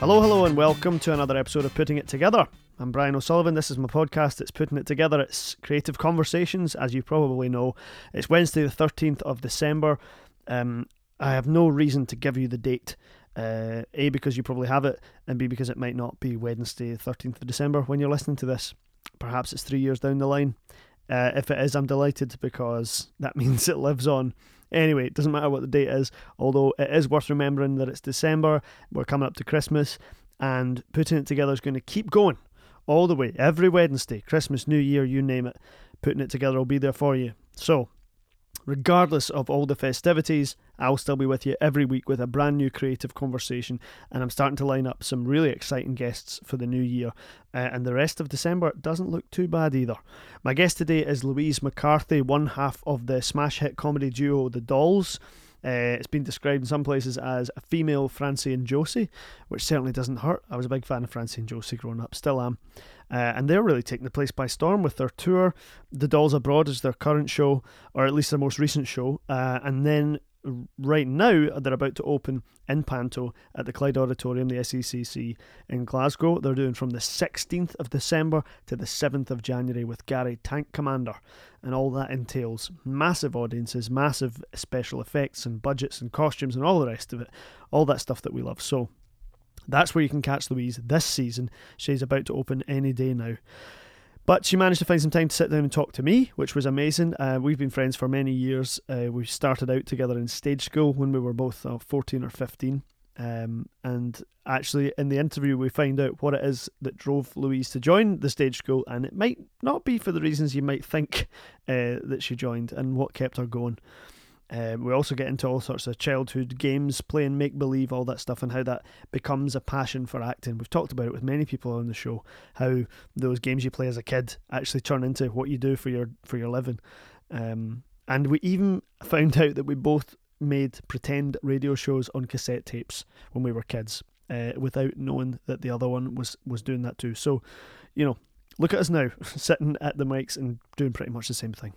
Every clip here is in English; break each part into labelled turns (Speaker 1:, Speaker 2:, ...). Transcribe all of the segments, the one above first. Speaker 1: Hello, hello, and welcome to another episode of Putting It Together. I'm Brian O'Sullivan. This is my podcast. It's Putting It Together. It's Creative Conversations, as you probably know. It's Wednesday, the 13th of December. Um, I have no reason to give you the date. Uh, A, because you probably have it, and B, because it might not be Wednesday, the 13th of December when you're listening to this. Perhaps it's three years down the line. Uh, if it is, I'm delighted because that means it lives on. Anyway, it doesn't matter what the date is, although it is worth remembering that it's December, we're coming up to Christmas, and putting it together is going to keep going all the way, every Wednesday, Christmas, New Year, you name it. Putting it together will be there for you. So, regardless of all the festivities, I'll still be with you every week with a brand new creative conversation, and I'm starting to line up some really exciting guests for the new year. Uh, and the rest of December doesn't look too bad either. My guest today is Louise McCarthy, one half of the smash hit comedy duo The Dolls. Uh, it's been described in some places as a female Francie and Josie, which certainly doesn't hurt. I was a big fan of Francie and Josie growing up, still am. Uh, and they're really taking the place by storm with their tour. The Dolls Abroad is their current show, or at least their most recent show. Uh, and then right now, they're about to open in Panto at the Clyde Auditorium, the SECC in Glasgow. They're doing from the 16th of December to the 7th of January with Gary Tank Commander, and all that entails massive audiences, massive special effects, and budgets, and costumes, and all the rest of it. All that stuff that we love. So that's where you can catch Louise this season. She's about to open any day now. But she managed to find some time to sit down and talk to me, which was amazing. Uh, we've been friends for many years. Uh, we started out together in stage school when we were both uh, 14 or 15. Um, and actually, in the interview, we find out what it is that drove Louise to join the stage school, and it might not be for the reasons you might think uh, that she joined and what kept her going. Um, we also get into all sorts of childhood games, playing make believe, all that stuff, and how that becomes a passion for acting. We've talked about it with many people on the show, how those games you play as a kid actually turn into what you do for your for your living. Um, and we even found out that we both made pretend radio shows on cassette tapes when we were kids, uh, without knowing that the other one was was doing that too. So, you know, look at us now, sitting at the mics and doing pretty much the same thing.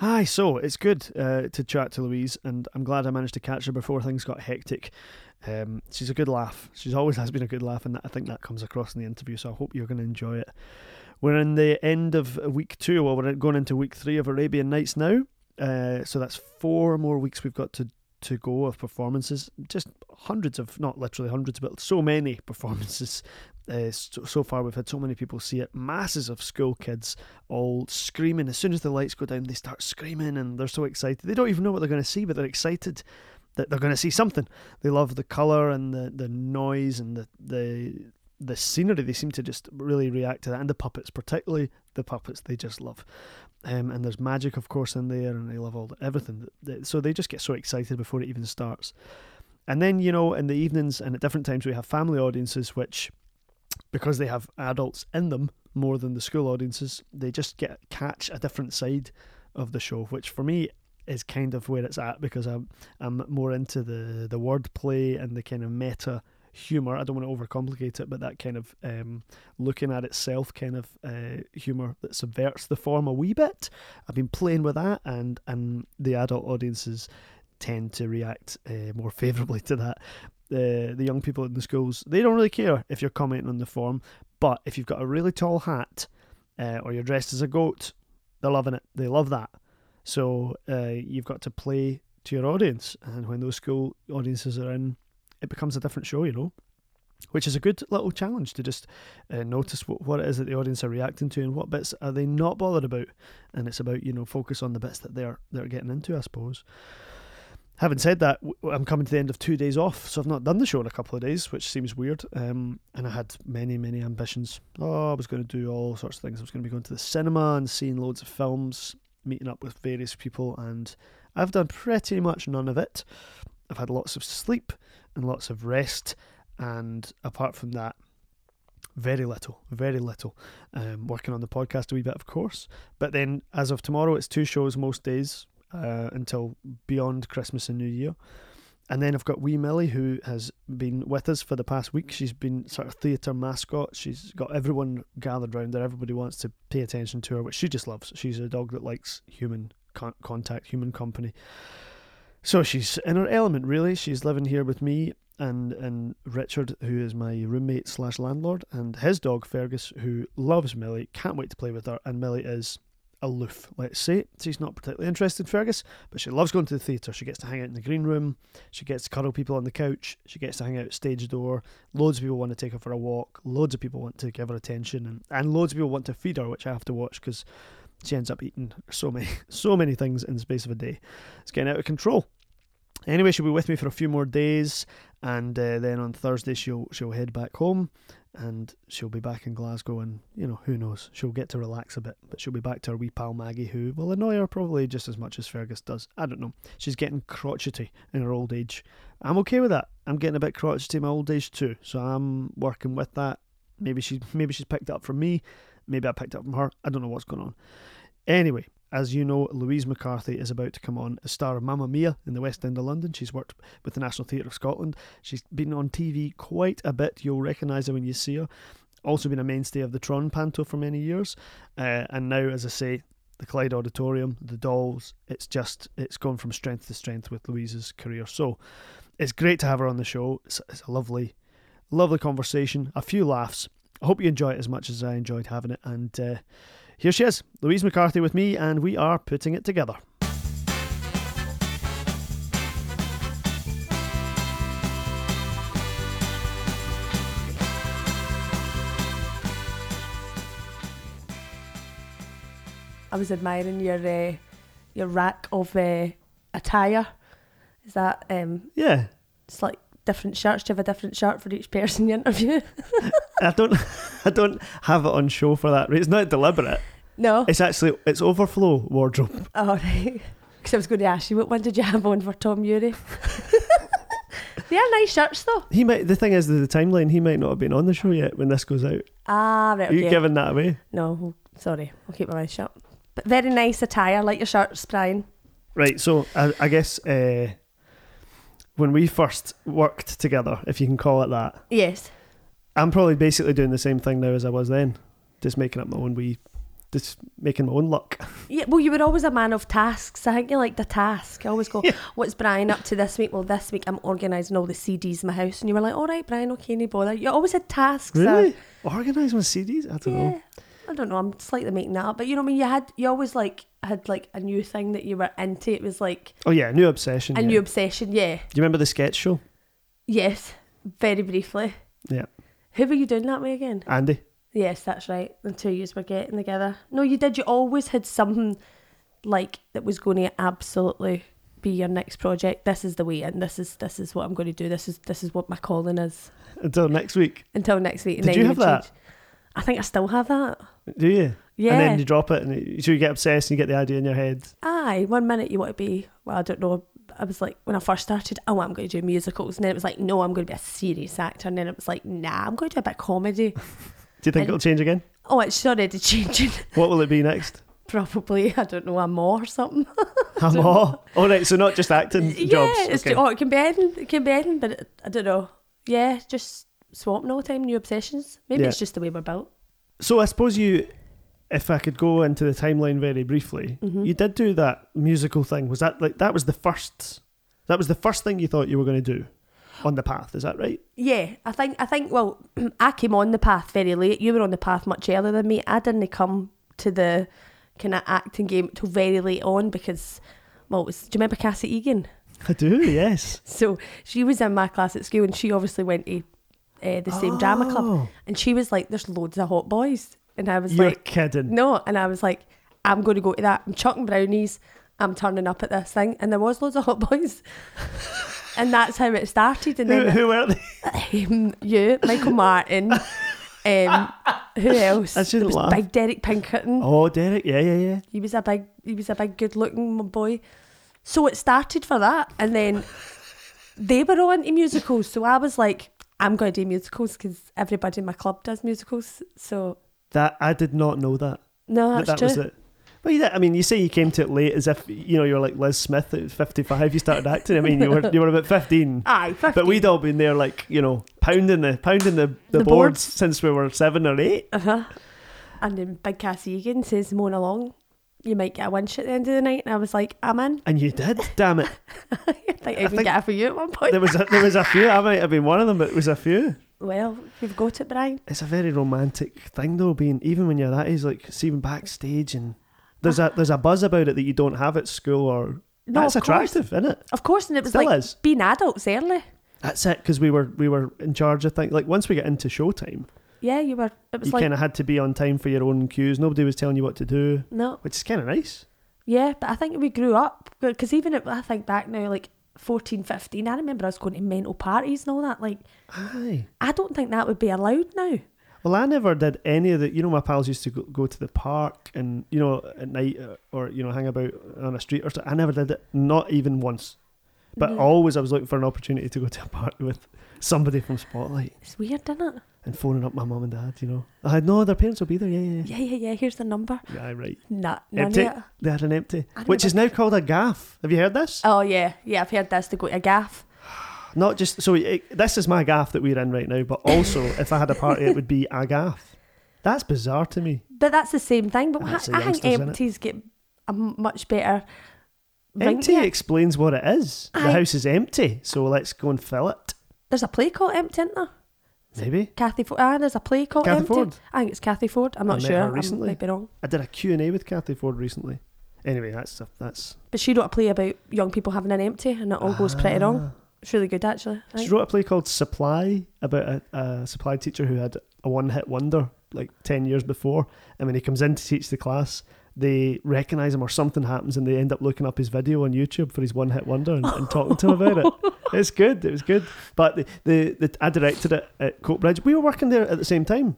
Speaker 1: Aye, so it's good uh, to chat to Louise, and I'm glad I managed to catch her before things got hectic. Um, she's a good laugh. She's always has been a good laugh, and that, I think that comes across in the interview. So I hope you're going to enjoy it. We're in the end of week two, or we're going into week three of Arabian Nights now. Uh, so that's four more weeks we've got to to go of performances. Just hundreds of, not literally hundreds, but so many performances. Uh, so, so far, we've had so many people see it. Masses of school kids all screaming. As soon as the lights go down, they start screaming and they're so excited. They don't even know what they're going to see, but they're excited that they're going to see something. They love the colour and the, the noise and the, the the scenery. They seem to just really react to that, and the puppets, particularly the puppets, they just love. Um, and there's magic, of course, in there, and they love all the, everything. that- that- So they just get so excited before it even starts. And then you know, in the evenings and at different times, we have family audiences, which because they have adults in them more than the school audiences, they just get catch a different side of the show, which for me is kind of where it's at because I'm I'm more into the the wordplay and the kind of meta humor. I don't want to overcomplicate it, but that kind of um, looking at itself kind of uh, humor that subverts the form a wee bit. I've been playing with that, and and the adult audiences tend to react uh, more favourably to that. The the young people in the schools they don't really care if you're commenting on the form, but if you've got a really tall hat uh, or you're dressed as a goat, they're loving it. They love that. So uh, you've got to play to your audience, and when those school audiences are in, it becomes a different show, you know. Which is a good little challenge to just uh, notice what, what it is that the audience are reacting to and what bits are they not bothered about, and it's about you know focus on the bits that they're they're getting into, I suppose. Having said that, w- I'm coming to the end of two days off, so I've not done the show in a couple of days, which seems weird. Um, and I had many, many ambitions. Oh, I was going to do all sorts of things. I was going to be going to the cinema and seeing loads of films, meeting up with various people, and I've done pretty much none of it. I've had lots of sleep and lots of rest, and apart from that, very little, very little. Um, working on the podcast a wee bit, of course, but then as of tomorrow, it's two shows most days uh, until beyond Christmas and New Year. And then I've got Wee Millie, who has been with us for the past week. She's been sort of theatre mascot. She's got everyone gathered round her. Everybody wants to pay attention to her, which she just loves. She's a dog that likes human con- contact, human company. So she's in her element, really. She's living here with me and and Richard, who is my roommate slash landlord, and his dog Fergus, who loves Millie, can't wait to play with her, and Millie is aloof. Let's say she's not particularly interested in Fergus, but she loves going to the theatre. She gets to hang out in the green room. She gets to cuddle people on the couch. She gets to hang out at stage door. Loads of people want to take her for a walk. Loads of people want to give her attention, and, and loads of people want to feed her, which I have to watch because she ends up eating so many so many things in the space of a day. It's getting out of control. Anyway, she'll be with me for a few more days, and uh, then on Thursday she'll she'll head back home, and she'll be back in Glasgow, and you know who knows, she'll get to relax a bit, but she'll be back to her wee pal Maggie, who will annoy her probably just as much as Fergus does. I don't know. She's getting crotchety in her old age. I'm okay with that. I'm getting a bit crotchety in my old age too, so I'm working with that. Maybe she maybe she's picked it up from me, maybe I picked it up from her. I don't know what's going on. Anyway, as you know, Louise McCarthy is about to come on as star of Mamma Mia in the West End of London. She's worked with the National Theatre of Scotland. She's been on TV quite a bit. You'll recognise her when you see her. Also been a mainstay of the Tron Panto for many years. Uh, and now, as I say, the Clyde Auditorium, the Dolls, it's just, it's gone from strength to strength with Louise's career. So it's great to have her on the show. It's, it's a lovely, lovely conversation, a few laughs. I hope you enjoy it as much as I enjoyed having it. And, uh, here she is, Louise McCarthy with me, and we are putting it together.
Speaker 2: I was admiring your uh, your rack of uh, attire. Is that um,
Speaker 1: Yeah,
Speaker 2: it's like different shirts? Do you have a different shirt for each person you interview?
Speaker 1: I don't, I don't have it on show for that. reason. It's not deliberate.
Speaker 2: no.
Speaker 1: It's actually it's overflow wardrobe.
Speaker 2: All right. Because I was going to ask you, what one did you have on for Tom Urey? they are nice shirts though.
Speaker 1: He might. The thing is, the timeline. He might not have been on the show yet when this goes out.
Speaker 2: Ah, right.
Speaker 1: Are you
Speaker 2: Okay.
Speaker 1: giving that away?
Speaker 2: no, sorry. I'll keep my mouth shut. But very nice attire, like your shirts, Brian.
Speaker 1: Right. So I, I guess uh, when we first worked together, if you can call it that,
Speaker 2: Yes.
Speaker 1: I'm probably basically doing the same thing now as I was then, just making up my own wee, just making my own luck.
Speaker 2: Yeah, well, you were always a man of tasks. I think you like the task. I always go, "What's Brian up to this week?" Well, this week I'm organising all the CDs in my house, and you were like, "All right, Brian, okay, no bother." You always had tasks. uh,
Speaker 1: Really? Organise my CDs? I don't know.
Speaker 2: I don't know. I'm slightly making that up, but you know, what I mean, you had you always like had like a new thing that you were into. It was like
Speaker 1: Oh yeah, new obsession.
Speaker 2: a
Speaker 1: yeah.
Speaker 2: new obsession. Yeah.
Speaker 1: Do you remember the sketch show?
Speaker 2: Yes. Very briefly.
Speaker 1: Yeah.
Speaker 2: Who were you doing that way again?
Speaker 1: Andy.
Speaker 2: Yes, that's right. The two years were getting together. No, you did. You always had something like that was going to absolutely be your next project. This is the way in. This is this is what I'm going to do. This is this is what my calling is.
Speaker 1: Until next week.
Speaker 2: Until next week.
Speaker 1: Did you
Speaker 2: would
Speaker 1: have that?
Speaker 2: change. I think I still have that.
Speaker 1: Do you? And
Speaker 2: Yeah.
Speaker 1: then you drop it, and it, so you get obsessed, and you get the idea in your head.
Speaker 2: Aye. One minute you want to be. Well, I don't know. I was like when I first started. Oh, I'm going to do musicals, and then it was like, no, I'm going to be a serious actor, and then it was like, nah, I'm going to do a bit of comedy.
Speaker 1: Do you think
Speaker 2: And-
Speaker 1: it'll change again?
Speaker 2: oh, it's already changing.
Speaker 1: What will it be next?
Speaker 2: Probably I don't know a more or something.
Speaker 1: I'm all. All Oh, right, so not just acting jobs.
Speaker 2: Uh, Yeah, it's
Speaker 1: okay.
Speaker 2: ju- oh, it can be anything. It can be anything, but it, I don't know. Yeah, just swapping all the time, new obsessions. Maybe
Speaker 1: Yeah.
Speaker 2: it's just the way we're built.
Speaker 1: so I suppose you, if I could go into the timeline very briefly, you did do that musical thing. Was that like that was the first? That was the first thing you thought you were going to do on the path. Is that right?
Speaker 2: Yeah, I think I think. Well, I came on the path very late. You were on the path much earlier than me. I didn't come to the kind of acting game till very late on because, well, it was, do you remember Cassie Egan?
Speaker 1: I do. Yes.
Speaker 2: So she was in my class at school, and she obviously went to uh, the same drama club,
Speaker 1: Oh.
Speaker 2: and she was like, "There's loads of hot boys," and I was
Speaker 1: You're
Speaker 2: like,
Speaker 1: kidding.
Speaker 2: No, and I was like, I'm going to go to that. I'm chucking brownies. I'm turning up at this thing, and there was loads of hot boys, and that's how it started. And
Speaker 1: Who,
Speaker 2: then
Speaker 1: who were they?
Speaker 2: um, you, Michael Martin, um, who else?
Speaker 1: I shouldn't
Speaker 2: There was
Speaker 1: laugh.
Speaker 2: Big Derek Pinkerton.
Speaker 1: Oh, Derek. Yeah, yeah, yeah.
Speaker 2: He was a big, he was a big, good-looking boy. So it started for that, and then they were on to musicals. So I was like, I'm going to do musicals because everybody in my club does musicals. So
Speaker 1: That I did not know that.
Speaker 2: no,
Speaker 1: that
Speaker 2: Oh, that's
Speaker 1: that
Speaker 2: true.
Speaker 1: was it. But yeah, I mean, you say you came to it late, as if you know you're like Liz Smith at 55. You started acting. I mean, you were you were about 15.
Speaker 2: Aye, 50.
Speaker 1: But we'd all been there, like you know, pounding the pounding the, the,
Speaker 2: The
Speaker 1: boards,
Speaker 2: boards.
Speaker 1: since we were seven or eight.
Speaker 2: Uh-huh. And then Big Cassie Egan says, moan along, you might get a winch at the end of the night. And I was like, I'm in.
Speaker 1: And you did, damn it!
Speaker 2: think I
Speaker 1: I
Speaker 2: even
Speaker 1: think
Speaker 2: get it for you at one point.
Speaker 1: There was a, there was a few. I might have been one of them, but it was a few.
Speaker 2: well, you've got it, Brian.
Speaker 1: It's a very romantic thing though. Being even when you're that age, like seeing backstage and there's a there's a buzz about it that you don't have at school or
Speaker 2: No,
Speaker 1: that's
Speaker 2: of course.
Speaker 1: attractive, isn't it?
Speaker 2: Of course, and it was
Speaker 1: Still
Speaker 2: like
Speaker 1: is.
Speaker 2: being adults early.
Speaker 1: That's it because we were we were in charge of things. Like once we get into showtime,
Speaker 2: Yeah, you were. It was
Speaker 1: you
Speaker 2: like
Speaker 1: kind of had to be on time for your own cues. Nobody was telling you what to do,
Speaker 2: no,
Speaker 1: which is kind of nice.
Speaker 2: yeah. But I think we grew up because even if I think back now, like 14, 15, I remember us going to mental parties and all that. Like,
Speaker 1: Aye.
Speaker 2: I don't think that would be allowed now.
Speaker 1: Well, I never did any of the. You know, my pals used to go, go to the park and you know at night uh, or you know hang about on a street or something. I never did it, not even once. But
Speaker 2: No.
Speaker 1: always, I was looking for an opportunity to go to a party with somebody from Spotlight
Speaker 2: It's weird, isn't it?
Speaker 1: and phoning up my mum and dad. You know, I had no their parents will be there. Yeah, yeah, yeah.
Speaker 2: Yeah, yeah, yeah. Here's the number.
Speaker 1: yeah right.
Speaker 2: Nah, none of
Speaker 1: Empty.
Speaker 2: it.
Speaker 1: They had an empty,
Speaker 2: I
Speaker 1: which is now called a gaff. Have you heard this?
Speaker 2: Oh yeah, yeah. I've heard that's to go to a gaff.
Speaker 1: Not just so. It, this is my gaff that we're in right now. But also, if I had a party, it would be a gaff. That's bizarre to me.
Speaker 2: But that's the same thing. But
Speaker 1: And
Speaker 2: I,
Speaker 1: it's the
Speaker 2: I think
Speaker 1: youngsters, innit?
Speaker 2: empties get a m- much better. ring
Speaker 1: Empty
Speaker 2: to it.
Speaker 1: explains what it is. The
Speaker 2: Aye.
Speaker 1: house is empty, so let's go and fill it.
Speaker 2: There's a play called Empty, isn't there?
Speaker 1: Maybe.
Speaker 2: Kathy Ford. Ah, there's a play called
Speaker 1: Kathy
Speaker 2: Empty.
Speaker 1: Ford?
Speaker 2: I think it's Kathy Ford. I'm not
Speaker 1: met
Speaker 2: sure.
Speaker 1: her
Speaker 2: I'm-
Speaker 1: recently.
Speaker 2: might be wrong.
Speaker 1: I did a Q&A with Kathy Ford recently. Anyway, that's that's
Speaker 2: But she wrote a play about young people having an empty, and it all goes
Speaker 1: Ah.
Speaker 2: pretty wrong. It's really good, actually.
Speaker 1: She
Speaker 2: I think.
Speaker 1: wrote a play called Supply about a, a supply teacher who had a one-hit wonder like 10 years before and when he comes in to teach the class they recognize him or something happens and they end up looking up his video on YouTube for his one-hit wonder and, and talking to him about it. It's good. It was good. But the, the, the I directed it at Coatbridge. We were working there at the same time.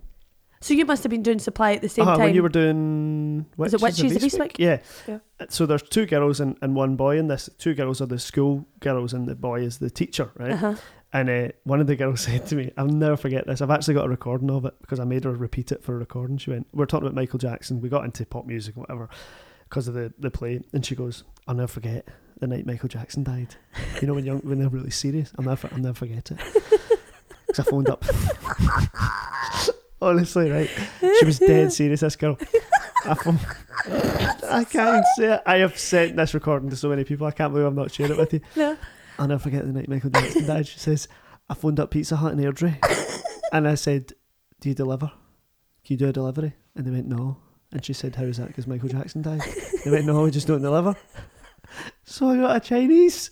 Speaker 2: So you must have been doing supply at the same
Speaker 1: Ah,
Speaker 2: time.
Speaker 1: when you were doing
Speaker 2: Was it Witches of Eastwick?
Speaker 1: Yeah. Uh,
Speaker 2: Yeah.
Speaker 1: So there's two girls and, and one boy in this. Two girls are the school girls and the boy is the teacher, right?
Speaker 2: uh-huh.
Speaker 1: And uh, one of the girls said to me, "I'll never forget this. I've actually got a recording of it because I made her repeat it for a recording." She went, "We're talking about Michael Jackson. We got into pop music and whatever because of the the play." And she goes, "I'll never forget the night Michael Jackson died. You know when young when they're really serious. I'll never I'll never forget it." Because I phoned up. Honestly, right? She was dead serious. This girl. I, phon- I can't say it. I have sent this recording to so many people. I can't believe I'm not sharing it with you.
Speaker 2: No.
Speaker 1: I'll never forget the night Michael Jackson died. She says, I phoned up Pizza Hut in Airdrie and I said, Do you deliver? Can you do a delivery? And they went, No. And she said, How is that? Because Michael Jackson died. They went, No, we just don't deliver. So I got a Chinese.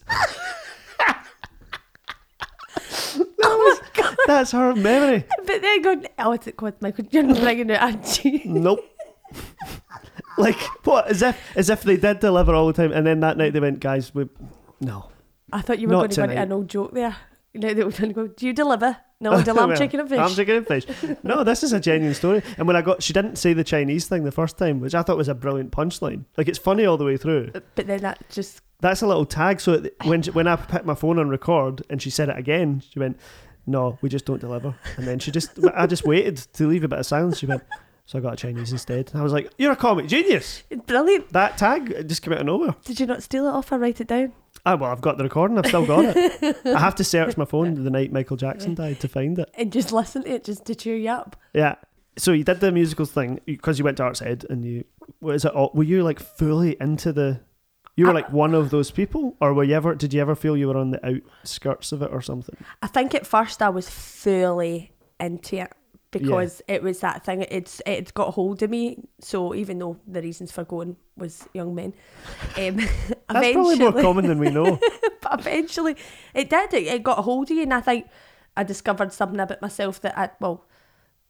Speaker 2: Oh my god!
Speaker 1: That's her memory.
Speaker 2: But then going, oh, what's it called, Michael? You're not bringing it, Angie.
Speaker 1: Nope. like, what? As if, as if they did deliver all the time. And then that night they went, Guys, we. No.
Speaker 2: I thought you were
Speaker 1: Not
Speaker 2: going to go into
Speaker 1: tonight.
Speaker 2: an old joke there. You know, they were going to go, do you deliver? No, I deliver
Speaker 1: Well,
Speaker 2: chicken and fish.
Speaker 1: Lamb chicken and fish. No, this is a genuine story. And when I got, she didn't say the Chinese thing the first time, which I thought was a brilliant punchline. Like it's funny all the way through.
Speaker 2: but then that just
Speaker 1: That's a little tag. So it- when she- when I picked my phone on record and she said it again, she went, "No, we just don't deliver." And then she just, I just waited to leave a bit of silence. She went, "So I got a Chinese instead." And I was like, "You're a comic genius."
Speaker 2: brilliant.
Speaker 1: That tag it just came out of nowhere.
Speaker 2: Did you not steal it off or write it down?
Speaker 1: Ah, well, I've got the recording. I've still got it. I have to search my phone the night Michael Jackson died to find it.
Speaker 2: And just listen to it just to cheer you up.
Speaker 1: Yeah. So you did the musicals thing because you went to Arts Ed and you was it all, were you like fully into the you were like one of those people or were you ever did you ever feel you were on the outskirts of it or something?
Speaker 2: I think at first I was fully into it because it was that thing. It's it got hold of me. So even though the reasons for going was young men, um,
Speaker 1: That's probably more
Speaker 2: eventually-
Speaker 1: common than we know.
Speaker 2: but eventually it did. It, it got hold of you, and I think I discovered something about myself that I well,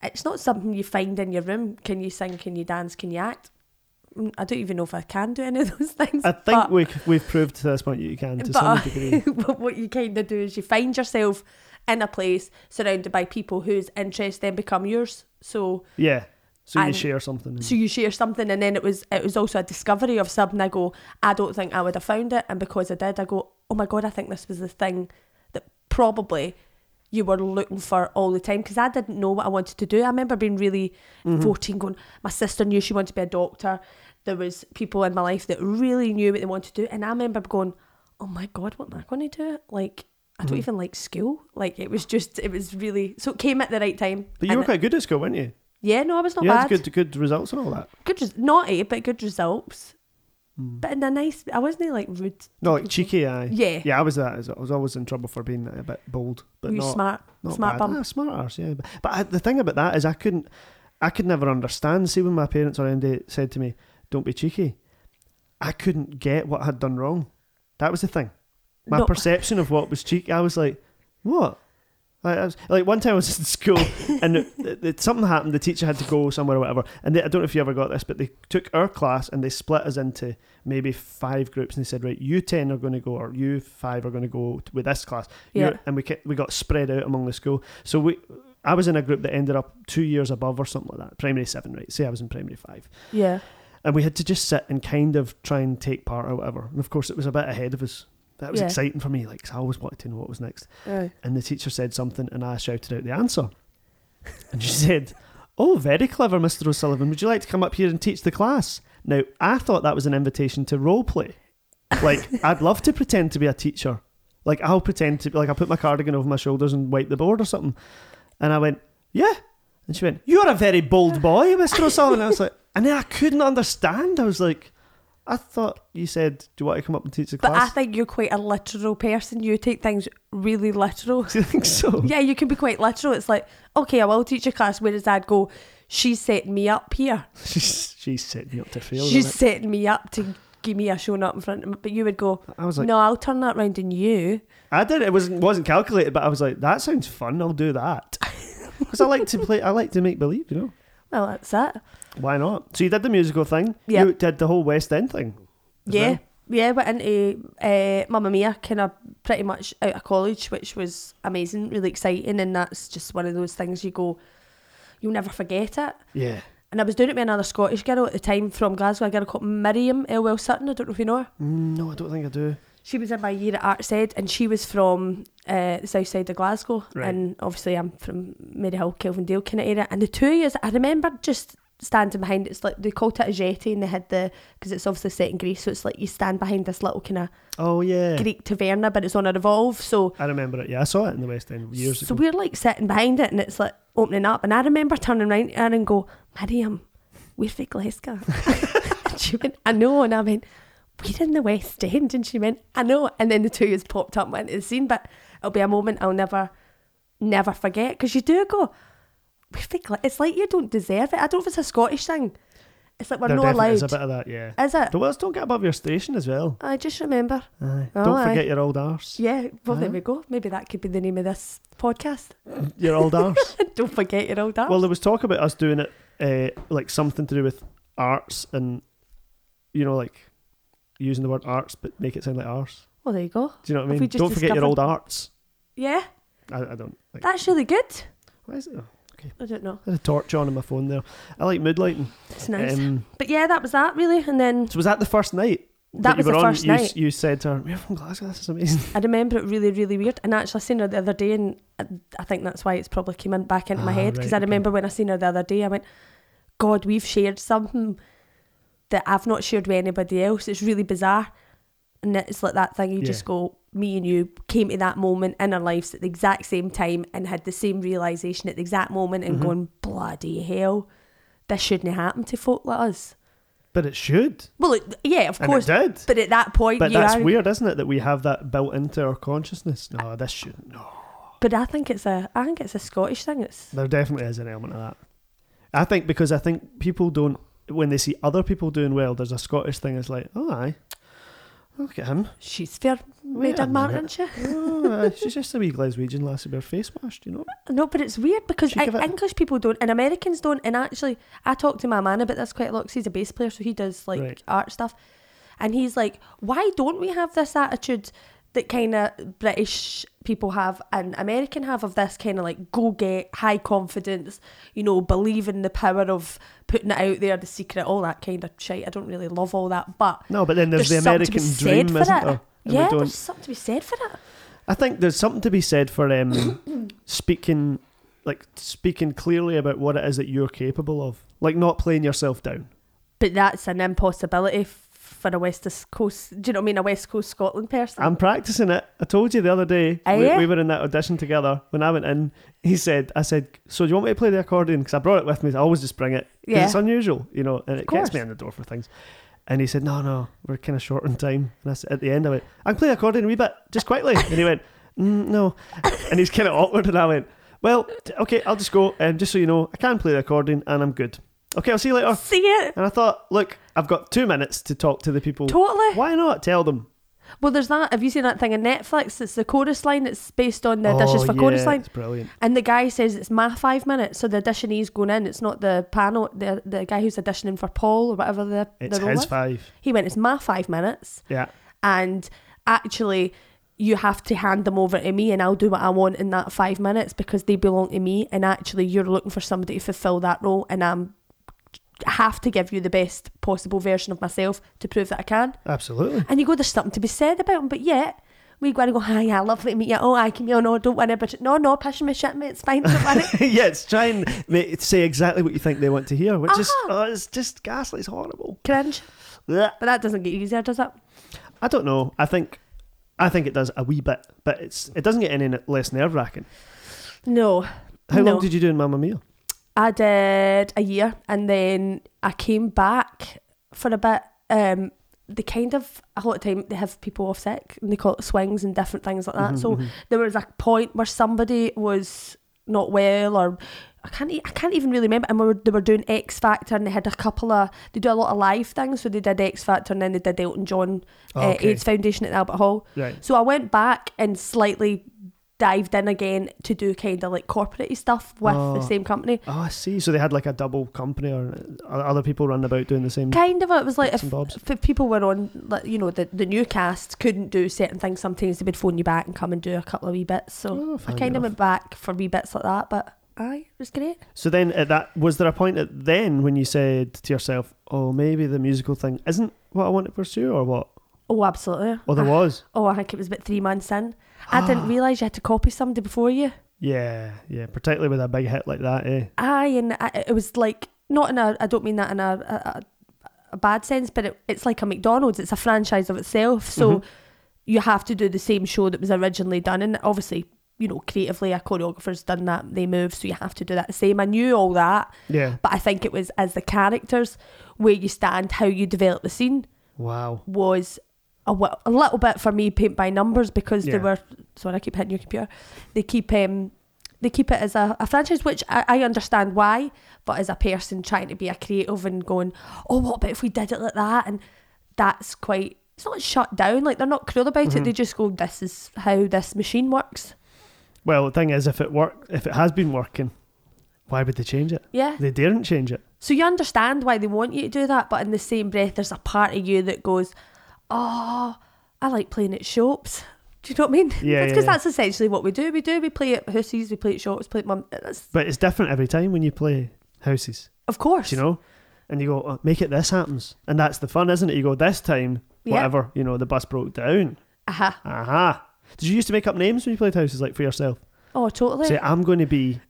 Speaker 2: it's not something you find in your room. Can you sing? Can you dance? Can you act? Mm, I don't even know if I can do any of those things.
Speaker 1: I think
Speaker 2: but-
Speaker 1: we we've proved to this point that you can to some
Speaker 2: but-
Speaker 1: degree.
Speaker 2: but what you kind of do is you find yourself in a place surrounded by people whose interests then become yours. So
Speaker 1: Yeah. So you
Speaker 2: And-
Speaker 1: share something. and-
Speaker 2: so you share something, and then it was it was also a discovery of something. I go, I don't think I would have found it, and because I did, I go, oh my god, I think this was the thing that probably you were looking for all the time because I didn't know what I wanted to do. I remember being really
Speaker 1: Mm-hmm.
Speaker 2: 14 going, my sister knew she wanted to be a doctor. There was people in my life that really knew what they wanted to do. And I remember going, oh my God, what am I going to do? Like, I
Speaker 1: Mm-hmm.
Speaker 2: don't even like school. Like, it was just, it was really, so it came at the right time.
Speaker 1: but you
Speaker 2: and
Speaker 1: were
Speaker 2: it-
Speaker 1: quite good at school, weren't you?
Speaker 2: yeah, no, I was not
Speaker 1: You
Speaker 2: bad.
Speaker 1: had good good results and all that.
Speaker 2: good res- naughty but good results
Speaker 1: Hmm.
Speaker 2: but in a nice. I wasn't like rude.
Speaker 1: No, like cheeky eye.
Speaker 2: Yeah,
Speaker 1: Eh, Yeah, I was that. I was always in trouble for being uh, a bit bold, but
Speaker 2: you
Speaker 1: not
Speaker 2: smart,
Speaker 1: not
Speaker 2: smart
Speaker 1: bad.
Speaker 2: bum.
Speaker 1: Ah, smart arse, yeah. But, but I, the thing about that is, I couldn't, I could never understand. See, when my parents or Andy said to me, "Don't be cheeky," I couldn't get what I had done wrong. That was the thing. My
Speaker 2: No.
Speaker 1: perception of what was cheeky, I was like, "What?" Like, I was, like one time I was in school and it, it- it- something happened. The teacher had to go somewhere or whatever. And they, I don't know if you ever got this, but they took our class and they split us into maybe five groups and they said, right, you ten are going to go or you five are going to go t- with this class. You're-
Speaker 2: Yeah.
Speaker 1: And we ke- we got spread out among the school. So we. I was in a group that ended up two years above or something like that, primary seven, right? Say I was in primary five.
Speaker 2: Yeah,
Speaker 1: And we had to just sit and kind of try and take part or whatever. And of course, it was a bit ahead of us. That was
Speaker 2: Yeah.
Speaker 1: exciting for me. Like, 'cause I always wanted to know what was next
Speaker 2: Aye.
Speaker 1: and the teacher said something, and I shouted out the answer. And she said, Oh, very clever, Mr. O'Sullivan. Would you like to come up here and teach the class? Now, I thought that was an invitation to role play. Like, I'd love to pretend to be a teacher. Like, I'll pretend to, like, I'll put my cardigan over my shoulders and wipe the board or something. And I went, Yeah. And she went, You're a very bold boy, Mr. O'Sullivan. And I was like, And then I couldn't understand. I was like, I thought you said, Do you want to come up and teach the
Speaker 2: but I
Speaker 1: class?
Speaker 2: think you're quite a literal person. You take things really literal.
Speaker 1: Do you think so?
Speaker 2: Yeah, you can be quite literal. It's like, okay, I will teach a class. Whereas I'd go, she's setting me up here.
Speaker 1: She's, she's setting me up to fail.
Speaker 2: she's
Speaker 1: isn't it?
Speaker 2: setting me up to give me a showing up in front of me. But you would go,
Speaker 1: I was like,
Speaker 2: no, I'll turn that round on you.
Speaker 1: I did. It wasn't wasn't calculated, but I was like, that sounds fun. I'll do that because I like to play. I like to make believe. You know,
Speaker 2: Well, that's it.
Speaker 1: why not? So you did the musical thing.
Speaker 2: Yeah.
Speaker 1: You did the whole West End thing. as
Speaker 2: yeah.
Speaker 1: well.
Speaker 2: Yeah, went into uh, Mamma Mia kind of pretty much out of college, which was amazing, really exciting. And that's just one of those things you go, you'll never forget it.
Speaker 1: Yeah.
Speaker 2: And I was doing it with another Scottish girl at the time from Glasgow, a girl called Miriam Elwell Sutton. I don't know if you know her.
Speaker 1: Mm, no, I don't think I do.
Speaker 2: She was in my year at Arts Ed and she was from uh, the south side of Glasgow.
Speaker 1: Right.
Speaker 2: And obviously, I'm from Maryhill, Kelvindale kind of area. And the two years, I remember just standing behind it's like they called it a jetty and they had the because it's obviously set in Greece, so it's like you stand behind this little kind of
Speaker 1: Oh yeah.
Speaker 2: Greek taverna, but it's on a revolve. So,
Speaker 1: I remember it. Yeah, I saw it in the West End years
Speaker 2: so
Speaker 1: ago.
Speaker 2: we're like sitting behind it and it's like opening up. And I remember turning around to her and go, Miriam, we're from Glasgow. and she went, I know. And I went, we're in the West End. And she went, I know. And then the two of us popped up and went into the scene. But it'll be a moment I'll never, never forget. Because you do go, we're from Glasgow. It's like you don't deserve it. I don't know if it's a Scottish thing. It's like we're
Speaker 1: there
Speaker 2: not
Speaker 1: definitely is a
Speaker 2: allowed.
Speaker 1: bit of that. Yeah.
Speaker 2: Is it?
Speaker 1: Don't, let's don't get above your station as well.
Speaker 2: I just remember.
Speaker 1: Aye.
Speaker 2: Oh,
Speaker 1: don't
Speaker 2: aye.
Speaker 1: forget your old arse.
Speaker 2: Yeah, well, there
Speaker 1: Huh?
Speaker 2: we go. Maybe that could be the name of this podcast.
Speaker 1: Your old arse.
Speaker 2: Don't forget your old arse.
Speaker 1: Well, there was talk about us doing it, uh, like something to do with arts and, you know, like using the word arts but make it sound like arse.
Speaker 2: Well, there you go.
Speaker 1: Do you know what I mean?
Speaker 2: Have we just
Speaker 1: Don't forget your
Speaker 2: discovered-
Speaker 1: old arts.
Speaker 2: Yeah,
Speaker 1: I, I don't. Like,
Speaker 2: that's really good.
Speaker 1: why is it? oh,
Speaker 2: I don't know.
Speaker 1: I had a torch on on my phone there. I like mood lighting.
Speaker 2: It's nice.
Speaker 1: Um,
Speaker 2: but yeah, that was that really. And then
Speaker 1: so was that the first night?
Speaker 2: That was
Speaker 1: you were
Speaker 2: the
Speaker 1: on?
Speaker 2: first
Speaker 1: You s-
Speaker 2: night.
Speaker 1: You, said to her, "We're from Glasgow. This is amazing."
Speaker 2: I remember it really, really weird. And actually, I seen her the other day, and I, I think that's why it's probably came in back into my
Speaker 1: Ah,
Speaker 2: head because
Speaker 1: right,
Speaker 2: I
Speaker 1: okay.
Speaker 2: remember when I seen her the other day, I went, "God, we've shared something that I've not shared with anybody else. It's really bizarre." And it's like that thing you
Speaker 1: Yeah.
Speaker 2: just go, me and you came to that moment in our lives at the exact same time and had the same realization at the exact moment and
Speaker 1: Mhm.
Speaker 2: going, bloody hell, this shouldn't happen to folk like us.
Speaker 1: But it should,
Speaker 2: Well, it, yeah, of
Speaker 1: and
Speaker 2: course.
Speaker 1: it did.
Speaker 2: But at that point,
Speaker 1: But
Speaker 2: you
Speaker 1: that's
Speaker 2: are.
Speaker 1: weird, isn't it? That we have that built into our consciousness. No, this shouldn't. No,
Speaker 2: But I think it's a, I think it's a Scottish thing. It's
Speaker 1: there definitely is an element of that. I think because I think people don't when they see other people doing well. There's a Scottish thing. It's like, oh, aye, look at him.
Speaker 2: she's fair,
Speaker 1: Wait
Speaker 2: made
Speaker 1: a
Speaker 2: a mark,
Speaker 1: minute.
Speaker 2: isn't she?
Speaker 1: Oh, aye, she's just a wee Glaswegian lassie with her face washed. You know.
Speaker 2: No, but it's weird because
Speaker 1: She
Speaker 2: I,
Speaker 1: give it-
Speaker 2: English people don't, and Americans don't. And actually, I talk to my man about this quite a lot. 'cause he's a bass player, so he does like
Speaker 1: Right.
Speaker 2: art stuff, and he's like, "Why don't we have this attitude that kind of British people have and American have of this kind of like go get high confidence, you know, believe in the power of putting it out there, the secret, all that kind of shit. I don't really love all that, but
Speaker 1: No, but then there's,
Speaker 2: there's
Speaker 1: the
Speaker 2: something to
Speaker 1: American
Speaker 2: be said
Speaker 1: dream,
Speaker 2: for
Speaker 1: isn't
Speaker 2: it.
Speaker 1: there? And we
Speaker 2: yeah,
Speaker 1: don't-
Speaker 2: there's something to be said for it.
Speaker 1: I think there's something to be said for um, speaking, like speaking clearly about what it is that you're capable of, like not playing yourself down.
Speaker 2: But that's an impossibility f- for a West Coast. Do you know what I mean? A West Coast Scotland person.
Speaker 1: I'm practicing it. I told you the other day
Speaker 2: Aye,
Speaker 1: we,
Speaker 2: yeah.
Speaker 1: we were in that audition together. When I went in, he said, "I said, so do you want me to play the accordion? Because I brought it with me. I always just bring it. 'cause
Speaker 2: Yeah.
Speaker 1: it's unusual, you know, and it gets
Speaker 2: course.
Speaker 1: me in the door for things." And he said, "No, no, we're kind of short on time." And I said, at the end, I went, "I can play accordion a wee bit, just quickly." And he went, mm, "No," and he's kind of awkward. And I went, "Well, t- okay, I'll just go. Um, just so you know, I can play the accordion, and I'm good. Okay, I'll see you later."
Speaker 2: See it?
Speaker 1: And I thought, look, I've got two minutes to talk to the people.
Speaker 2: Totally.
Speaker 1: Why not tell them?
Speaker 2: Well, there's that. Have you seen that thing on Netflix? It's the chorus line. It's based on the
Speaker 1: Oh,
Speaker 2: dishes for chorus
Speaker 1: yeah,
Speaker 2: line.
Speaker 1: It's brilliant.
Speaker 2: And the guy says it's my five minutes, so the auditionee's going in. It's not the panel, the the guy who's auditioning for Paul or whatever the
Speaker 1: It's
Speaker 2: the role
Speaker 1: his
Speaker 2: was.
Speaker 1: five.
Speaker 2: he went, it's my five minutes,
Speaker 1: Yeah.
Speaker 2: and actually, you have to hand them over to me, and I'll do what I want in that five minutes because they belong to me. And actually, you're looking for somebody to fulfill that role, and I'm I have to give you the best possible version of myself to prove that I can.
Speaker 1: Absolutely.
Speaker 2: And you go, there's something to be said about him, but yet we go and go, hi, yeah, lovely to meet you. Oh, I can be on, no, don't worry about it. No, no, pushing my shit, mate, it's fine, don't worry.
Speaker 1: yeah, it's trying to say exactly what you think they want to hear, which is
Speaker 2: Uh-huh.
Speaker 1: oh, it's just ghastly. It's horrible.
Speaker 2: Cringe.
Speaker 1: Blech.
Speaker 2: But that doesn't get easier, does it?
Speaker 1: I don't know. I think, I think it does a wee bit, but it's it doesn't get any less nerve wracking.
Speaker 2: No.
Speaker 1: How
Speaker 2: no.
Speaker 1: long did you do in Mamma Mia?
Speaker 2: I did a year and then I came back for a bit. Um, they kind of, a lot of time, they have people off sick and they call it swings and different things like that.
Speaker 1: Mhm,
Speaker 2: so
Speaker 1: mhm.
Speaker 2: there was a point where somebody was not well or I can't e- I can't even really remember and we were, they were doing X Factor and they had a couple of they do a lot of live things so they did X Factor and then they did Elton John uh,
Speaker 1: Oh, Okay.
Speaker 2: AIDS Foundation at the Albert Hall
Speaker 1: right.
Speaker 2: so I went back and slightly dived in again to do kind of like corporate stuff with
Speaker 1: Oh.
Speaker 2: the same company
Speaker 1: Oh, I see. So they had like a double company, or uh, other people running about doing the same.
Speaker 2: kind of it was like
Speaker 1: Bits and
Speaker 2: if,
Speaker 1: bobs.
Speaker 2: if people were on like you know the, the new cast couldn't do certain things sometimes they would phone you back and come and do a couple of wee bits so
Speaker 1: Oh,
Speaker 2: I
Speaker 1: fair
Speaker 2: kind of
Speaker 1: enough.
Speaker 2: went back for wee bits like that but aye it was great
Speaker 1: So then, at that was there a point at then when you said to yourself, "Oh, maybe the musical thing isn't what I want to pursue," or what?
Speaker 2: Oh, absolutely.
Speaker 1: Oh, there Ah.
Speaker 2: I-
Speaker 1: was.
Speaker 2: Oh, I think it was about three months in. I didn't realise you had to copy somebody before you.
Speaker 1: Yeah, yeah. Particularly with a big hit like that, eh?
Speaker 2: Aye, and I, it was like not in a. I don't mean that in a a, a, a bad sense, but it, it's like a McDonald's. It's a franchise of itself, so
Speaker 1: Mhm.
Speaker 2: you have to do the same show that was originally done, and obviously. You know, creatively, a choreographer's done that, they move, so you have to do that the same. I knew all that,
Speaker 1: Yeah.
Speaker 2: but I think it was as the characters, where you stand, how you develop the scene.
Speaker 1: Wow.
Speaker 2: was a, wi- a little bit for me paint by numbers because
Speaker 1: Yeah.
Speaker 2: they were sorry I keep hitting your computer they keep um they keep it as a, a franchise which I, I understand why but as a person trying to be a creative and going oh what about if we did it like that and that's quite it's not shut down like they're not cruel about it they just go this is how this machine works
Speaker 1: Well, the thing is, if it work, if it has been working, why would they change it?
Speaker 2: yeah
Speaker 1: They daren't change it.
Speaker 2: So you understand why they want you to do that, but in the same breath, there's a part of you that goes, "Oh, I like playing at shops." Do you know what I mean?
Speaker 1: Yeah,
Speaker 2: because
Speaker 1: yeah, yeah.
Speaker 2: that's essentially what we do. We do. We play at hussies, we play at shops, play at mum. That's,
Speaker 1: But it's different every time when you play houses,
Speaker 2: of course,
Speaker 1: do you know? And you go, oh, make it this happens. And that's the fun, isn't it? You go, this time,
Speaker 2: Yeah.
Speaker 1: whatever, you know, the bus broke down.
Speaker 2: Uh-huh.
Speaker 1: Aha. Did you used to make up names when you played houses, like for yourself?
Speaker 2: Oh, totally.
Speaker 1: Say, I'm going to be.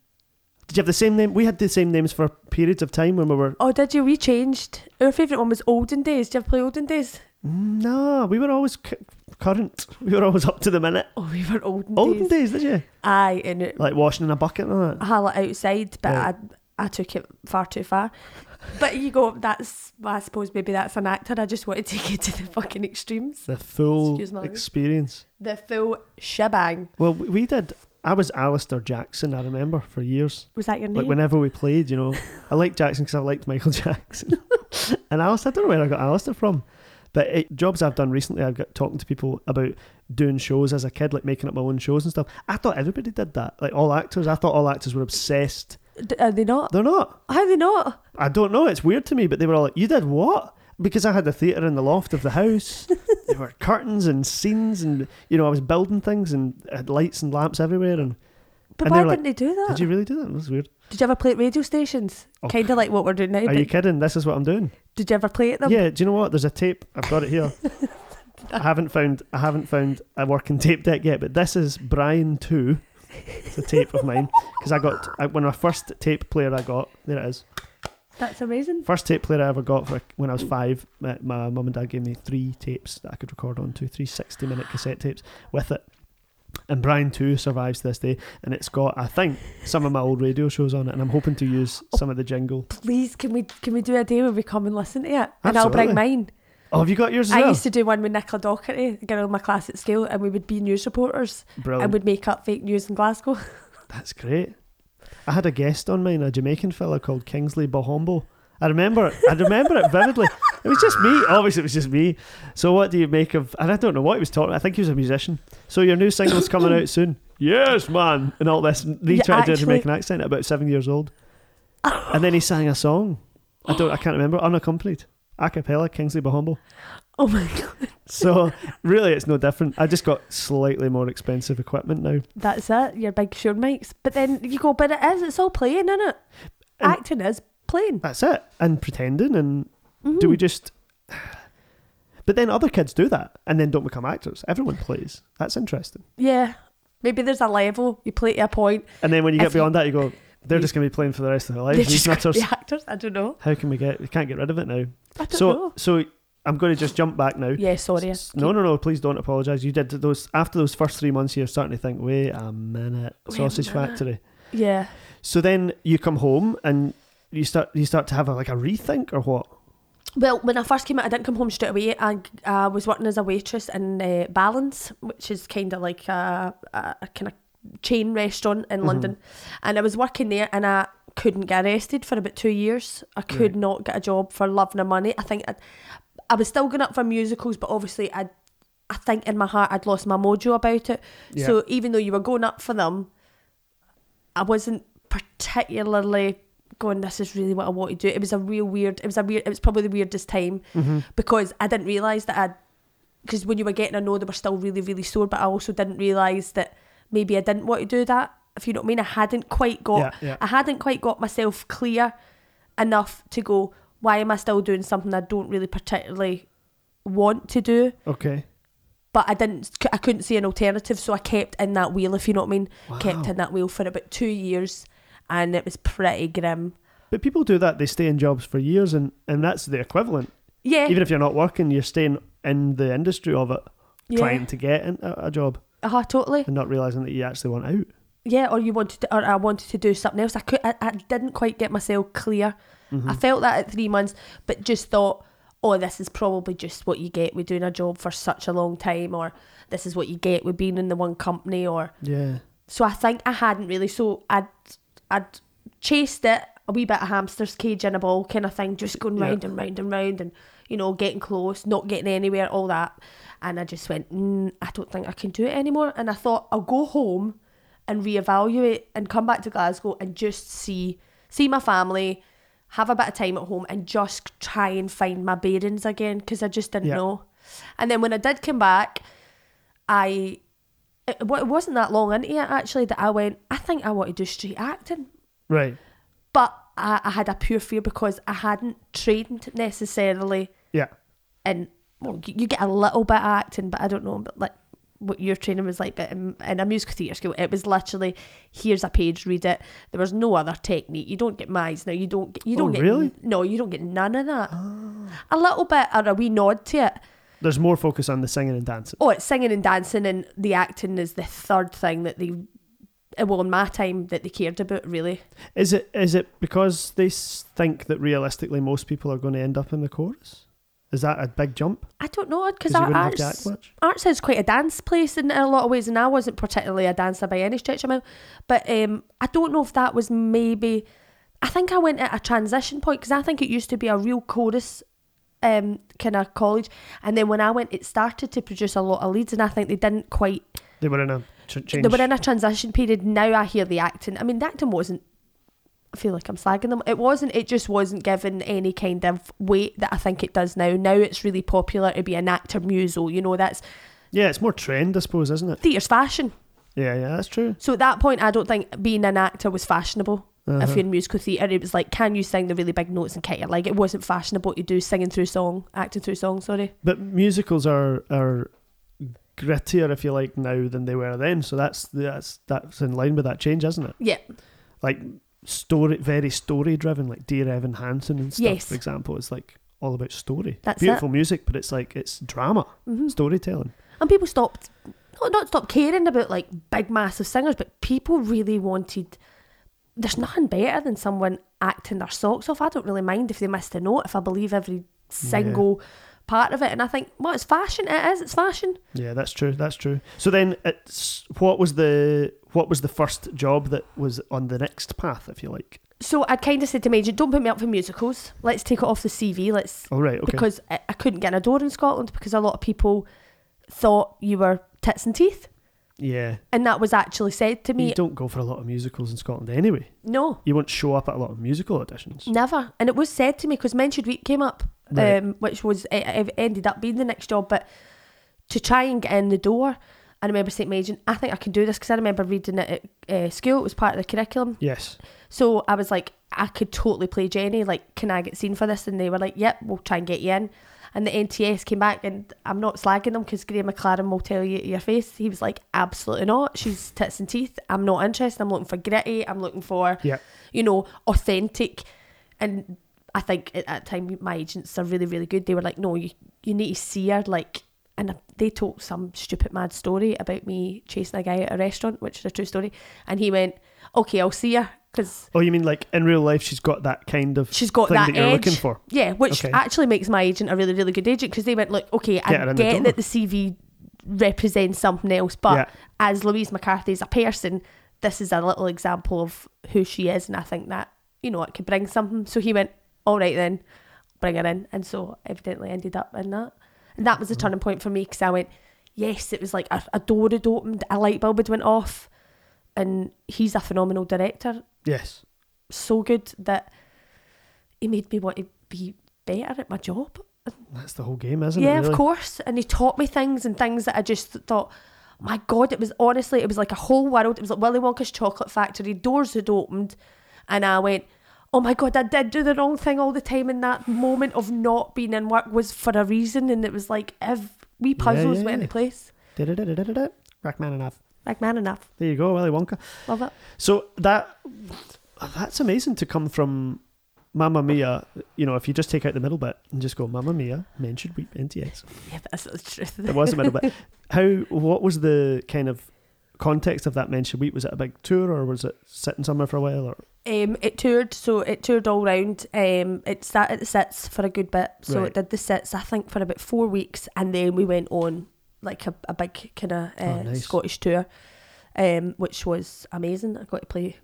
Speaker 1: Did you have the same name? We had the same names for periods of time when we were.
Speaker 2: Oh, did you? We changed. Our favourite one was Olden Days. Do you ever play Olden Days?
Speaker 1: No, we were always c- current. We were always up to the minute.
Speaker 2: Oh, we were Olden,
Speaker 1: Olden
Speaker 2: Days. Ah,
Speaker 1: days, did you?
Speaker 2: Aye, and it
Speaker 1: Like washing in a bucket and all that.
Speaker 2: holla outside, but
Speaker 1: Right.
Speaker 2: I I took it far too far. But you go, that's, I suppose maybe that's an actor. I just wanted to take it to the fucking extremes.
Speaker 1: The full
Speaker 2: Excuse my language.
Speaker 1: experience.
Speaker 2: The full shebang.
Speaker 1: Well, we we did. I was Alistair Jackson, I remember, for years.
Speaker 2: Was that your name?
Speaker 1: Like, whenever we played, you know, I liked Jackson because I liked Michael Jackson. and Alistair, I don't know where I got Alistair from. But it, jobs I've done recently, I've got talking to people about doing shows as a kid, like making up my own shows and stuff. I thought everybody did that. Like, all actors. I thought all actors were obsessed.
Speaker 2: D- are they not?
Speaker 1: They're not.
Speaker 2: How are they not?
Speaker 1: I don't know. It's weird to me, but they were all like, "You did what?" Because I had the theatre in the loft of the house. there were curtains and scenes, and you know, I was building things and I had lights and lamps everywhere. And
Speaker 2: But
Speaker 1: And
Speaker 2: why
Speaker 1: they're like,
Speaker 2: didn't they do that?
Speaker 1: did you really do that? It was weird.
Speaker 2: Did you ever play at radio stations?
Speaker 1: Oh,
Speaker 2: Kind of like what we're doing now.
Speaker 1: Are
Speaker 2: But
Speaker 1: you kidding? This is what I'm doing.
Speaker 2: did you ever play at them?
Speaker 1: Yeah. Do you know what? There's a tape. I've got it here. I haven't found. I haven't found a working tape deck yet. But this is Brian Two. It's a tape of mine because I got I, when my first tape player I got. There it is.
Speaker 2: That's amazing.
Speaker 1: First tape player I ever got for when I was five. My, my mum and dad gave me three tapes that I could record onto, three 60 minute cassette tapes with it. And Brian too survives to this day, and it's got I think some of my old radio shows on it, and I'm hoping
Speaker 2: Oh.
Speaker 1: to use some of the jingle.
Speaker 2: Please, can we can we do a day where we come and listen to it? And I'll
Speaker 1: Absolutely.
Speaker 2: bring mine.
Speaker 1: Oh, have you got yours as
Speaker 2: I
Speaker 1: well?
Speaker 2: used to do one with Nicola Docherty, a girl in my class at school, and we would be news reporters and
Speaker 1: Brilliant.
Speaker 2: would make up fake news in Glasgow.
Speaker 1: That's great. I had a guest on mine, a Jamaican fella called Kingsley Bahombo. I remember it. I remember it vividly. It was just me. Obviously, it was just me. So, what do you make of? And I don't know what he was talking. I think he was a musician. So, your new single's coming out soon. Yes, man, and all this. They
Speaker 2: Yeah,
Speaker 1: tried to do a
Speaker 2: actually-
Speaker 1: Jamaican accent at about seven years old, and then he sang a song. I don't. I can't remember. Unaccompanied, a cappella, Kingsley Bahombo.
Speaker 2: Oh my god,
Speaker 1: So, really, it's no different. I just got slightly more expensive equipment now.
Speaker 2: that's it. Your big sure mics, but then you go, but it is. It's all playing, isn't it?
Speaker 1: And-
Speaker 2: Acting is playing.
Speaker 1: That's it. And pretending and
Speaker 2: Mhm.
Speaker 1: Do we just? But then other kids do that and then don't become actors. Everyone plays. That's interesting.
Speaker 2: Yeah, maybe there's a level you play to a point.
Speaker 1: And then when you get
Speaker 2: If you-
Speaker 1: beyond that, you go, they're just going to be playing for the rest of their lives.
Speaker 2: They're
Speaker 1: These
Speaker 2: just
Speaker 1: nutters.
Speaker 2: gonna be actors. I don't know.
Speaker 1: How can we get? We can't get rid of it now.
Speaker 2: I don't
Speaker 1: So
Speaker 2: know.
Speaker 1: so I'm going to just jump back now.
Speaker 2: Yeah, sorry.
Speaker 1: S- No, no, no! Please don't apologise. You did those after those first three months. You're starting to think, wait a minute,
Speaker 2: Wait a
Speaker 1: Sausage
Speaker 2: minute.
Speaker 1: Factory.
Speaker 2: Yeah.
Speaker 1: So then you come home and you start you start to have a, like a rethink or what?
Speaker 2: Well, when I first came out, I didn't come home straight away. I uh, was working as a waitress in uh, Balance, which is kind of like a, a, kind of chain restaurant in
Speaker 1: Mm-hmm.
Speaker 2: London. And I was working there and I couldn't get arrested for about two years. I could
Speaker 1: Right.
Speaker 2: not get a job for love nor money. I think I, I was still going up for musicals, but obviously I, I think in my heart I'd lost my mojo about it.
Speaker 1: Yeah.
Speaker 2: So even though you were going up for them, I wasn't particularly going, this is really what I want to do. It was a real weird, it was a weird, it was probably the weirdest time
Speaker 1: Mhm.
Speaker 2: because I didn't realise that I'd, because when you were getting a no, they were still really, really sore, but I also didn't realise that maybe I didn't want to do that, if you know what I mean. I hadn't quite got,
Speaker 1: Yeah, yeah.
Speaker 2: I hadn't quite got myself clear enough to go, why am I still doing something I don't really particularly want to do?
Speaker 1: Okay.
Speaker 2: but I didn't I couldn't see an alternative so I kept in that wheel if you know what I mean kept
Speaker 1: Wow.
Speaker 2: in that wheel for about two years and it was pretty grim
Speaker 1: But people do that. They stay in jobs for years, and and that's the equivalent.
Speaker 2: yeah
Speaker 1: even if you're not working, you're staying in the industry of it,
Speaker 2: yeah.
Speaker 1: trying to get in a, a job
Speaker 2: uh-huh, totally
Speaker 1: and not realizing that you actually want out.
Speaker 2: yeah or you wanted to, or I wanted to do something else I could I, I didn't quite get myself clear
Speaker 1: Mm-hmm.
Speaker 2: I felt that at three months but just thought oh this is probably just what you get with doing a job for such a long time or this is what you get with being in the one company or
Speaker 1: Yeah,
Speaker 2: So I think I hadn't really. So I'd I'd chased it a wee bit of hamster's cage in a ball kind of thing, just going
Speaker 1: Yeah.
Speaker 2: round and round and round, and you know getting close, not getting anywhere, all that. And I just went, mm, I don't think I can do it anymore. And I thought I'll go home and reevaluate and come back to Glasgow and just see see my family, have a bit of time at home, and just try and find my bearings again because I just didn't
Speaker 1: Yeah.
Speaker 2: know. And then when I did come back, I it, wa- it wasn't that long into it actually that I went, I think I want to do street acting.
Speaker 1: right.
Speaker 2: But I, I had a pure fear because I hadn't trained necessarily
Speaker 1: Yeah,
Speaker 2: in, well, you, you get a little bit of acting, but I don't know, but like what your training was like. But in, in a musical theatre school, it was literally, here's a page, read it. There was no other technique. You don't get mimes now. You don't get, you
Speaker 1: Oh,
Speaker 2: don't get,
Speaker 1: really? Ah.
Speaker 2: no, you don't get none of that. A little bit or a wee nod to it.
Speaker 1: there's more focus on the singing and dancing.
Speaker 2: Oh, it's singing and dancing, and the acting is the third thing that they, eh, well, in my time, that they cared about, really.
Speaker 1: Is it is it because they s- think that realistically most people are going to end up in the chorus? Is that a big jump?
Speaker 2: I don't know, because
Speaker 1: you wouldn't have
Speaker 2: arts,
Speaker 1: to act much.
Speaker 2: arts is quite a dance place in a lot of ways, and I wasn't particularly a dancer by any stretch of my But um, I don't know if that was maybe. I think I went at a transition point because I think it used to be a real chorus um, kind of college. And then when I went, it started to produce a lot of leads, and I think they didn't quite
Speaker 1: They were in a ch- change.
Speaker 2: They were in a transition period. Now I hear the acting. I mean, the acting wasn't. I feel like I'm slagging them. It wasn't. It just wasn't given any kind of weight that I think it does now. Now it's really popular to be an actor musal. You know, that's
Speaker 1: yeah, it's more trend, I suppose, isn't it?
Speaker 2: theatre's fashion.
Speaker 1: Yeah, yeah, that's true.
Speaker 2: So at that point, I don't think being an actor was fashionable. If
Speaker 1: Uh-huh.
Speaker 2: you're in musical theatre, it was like, can you sing the really big notes and cut your leg? It wasn't fashionable to do singing through song, acting through song. Sorry.
Speaker 1: But musicals are are grittier, if you like, now than they were then. So that's that's that's in line with that change, isn't it?
Speaker 2: Yeah.
Speaker 1: like story, very story driven, like Dear Evan Hansen and stuff.
Speaker 2: Yes.
Speaker 1: For example, it's like all about story.
Speaker 2: That's
Speaker 1: Beautiful music, but it's like it's drama,
Speaker 2: hmm
Speaker 1: storytelling.
Speaker 2: And people stopped, not, not stopped caring about like big, massive singers, but people really wanted. There's nothing better than someone acting their socks off. I don't really mind if they missed a note, if I believe every single part of it. And I think, well, it's fashion. It is. It's fashion.
Speaker 1: Yeah, that's true. That's true. So then, it's what was the what was the first job that was on the next path, if you like?
Speaker 2: So I'd kind of said to my agent, don't put me up for musicals. Let's take it off the CV. Let's
Speaker 1: Oh right, okay.
Speaker 2: because I, I couldn't get in a door in Scotland because a lot of people thought you were tits and teeth.
Speaker 1: yeah,
Speaker 2: And that was actually said to me.
Speaker 1: you don't go for a lot of musicals in Scotland anyway.
Speaker 2: No,
Speaker 1: You won't show up at a lot of musical auditions.
Speaker 2: never. And it was said to me because Mentioned Week came up,
Speaker 1: Right.
Speaker 2: um, which was it, it ended up being the next job. But to try and get in the door, I remember saying to my agent, I think I can do this because I remember reading it at uh, school. It was part of the curriculum.
Speaker 1: Yes,
Speaker 2: So I was like, I could totally play Jenny. Like, can I get seen for this? And they were like, Yep, we'll try and get you in. And the NTS came back, and I'm not slagging them because Graham McLaren will tell you to your face. He was like, Absolutely not. She's tits and teeth. I'm not interested. I'm looking for gritty. I'm looking for,
Speaker 1: Yeah.
Speaker 2: you know, authentic. And I think at that time, my agents are really, really good. They were like, No, you, you need to see her. Like, and they told some stupid mad story about me chasing a guy at a restaurant, which is a true story. And he went, Okay, I'll see her. Because
Speaker 1: Oh, you mean like in real life, she's got that kind of
Speaker 2: she's got
Speaker 1: thing
Speaker 2: that,
Speaker 1: that, you're
Speaker 2: edge.
Speaker 1: looking for.
Speaker 2: Yeah, which
Speaker 1: Okay.
Speaker 2: actually makes my agent a really, really good agent because they went, look, okay,
Speaker 1: Get her
Speaker 2: I
Speaker 1: in the
Speaker 2: get
Speaker 1: door.
Speaker 2: that the CV represents something else, but
Speaker 1: Yeah.
Speaker 2: as Louise McCarthy is a person, this is a little example of who she is, and I think that you know it could bring something. So he went, all right then, bring her in, and so evidently ended up in that, and that
Speaker 1: Mm-hmm.
Speaker 2: was the turning point for me because I went, yes, it was like a, a door had opened, a light bulb had went off, and he's a phenomenal director,
Speaker 1: Yes.
Speaker 2: so good that he made me want to be better at my job.
Speaker 1: That's the whole game, isn't it?
Speaker 2: yeah,
Speaker 1: Mm, really?
Speaker 2: of course. And he taught me things and things that I just thought, my God, it was honestly, it was like a whole world. It was like Willy Wonka's Chocolate Factory, doors had opened, and I went, oh my God, I did do the wrong thing all the time. And that moment of not being in work was for a reason. And it was like, if we puzzles
Speaker 1: yeah,
Speaker 2: went
Speaker 1: yeah.
Speaker 2: into place,
Speaker 1: Da-da-da-da-da-da. Rachmaninoff.
Speaker 2: like, man enough.
Speaker 1: There you go, Willy Wonka.
Speaker 2: Love it.
Speaker 1: So that oh, that's amazing to come from Mamma Mia. You know, if you just take out the middle bit and just go Mamma Mia, men should weep NTS.
Speaker 2: Yeah, that's the truth.
Speaker 1: There was a middle bit. How? What was the kind of context of that men should weep? Was it a big tour or was it sitting somewhere for a while? Or
Speaker 2: Um, it toured, so it toured all round. Um, it sat at the sits for a good bit, so
Speaker 1: Right.
Speaker 2: it did the sits I think for about four weeks, and then we went on like a, a big kind of uh,
Speaker 1: Oh, nice.
Speaker 2: Scottish tour, um, which was amazing. I got to play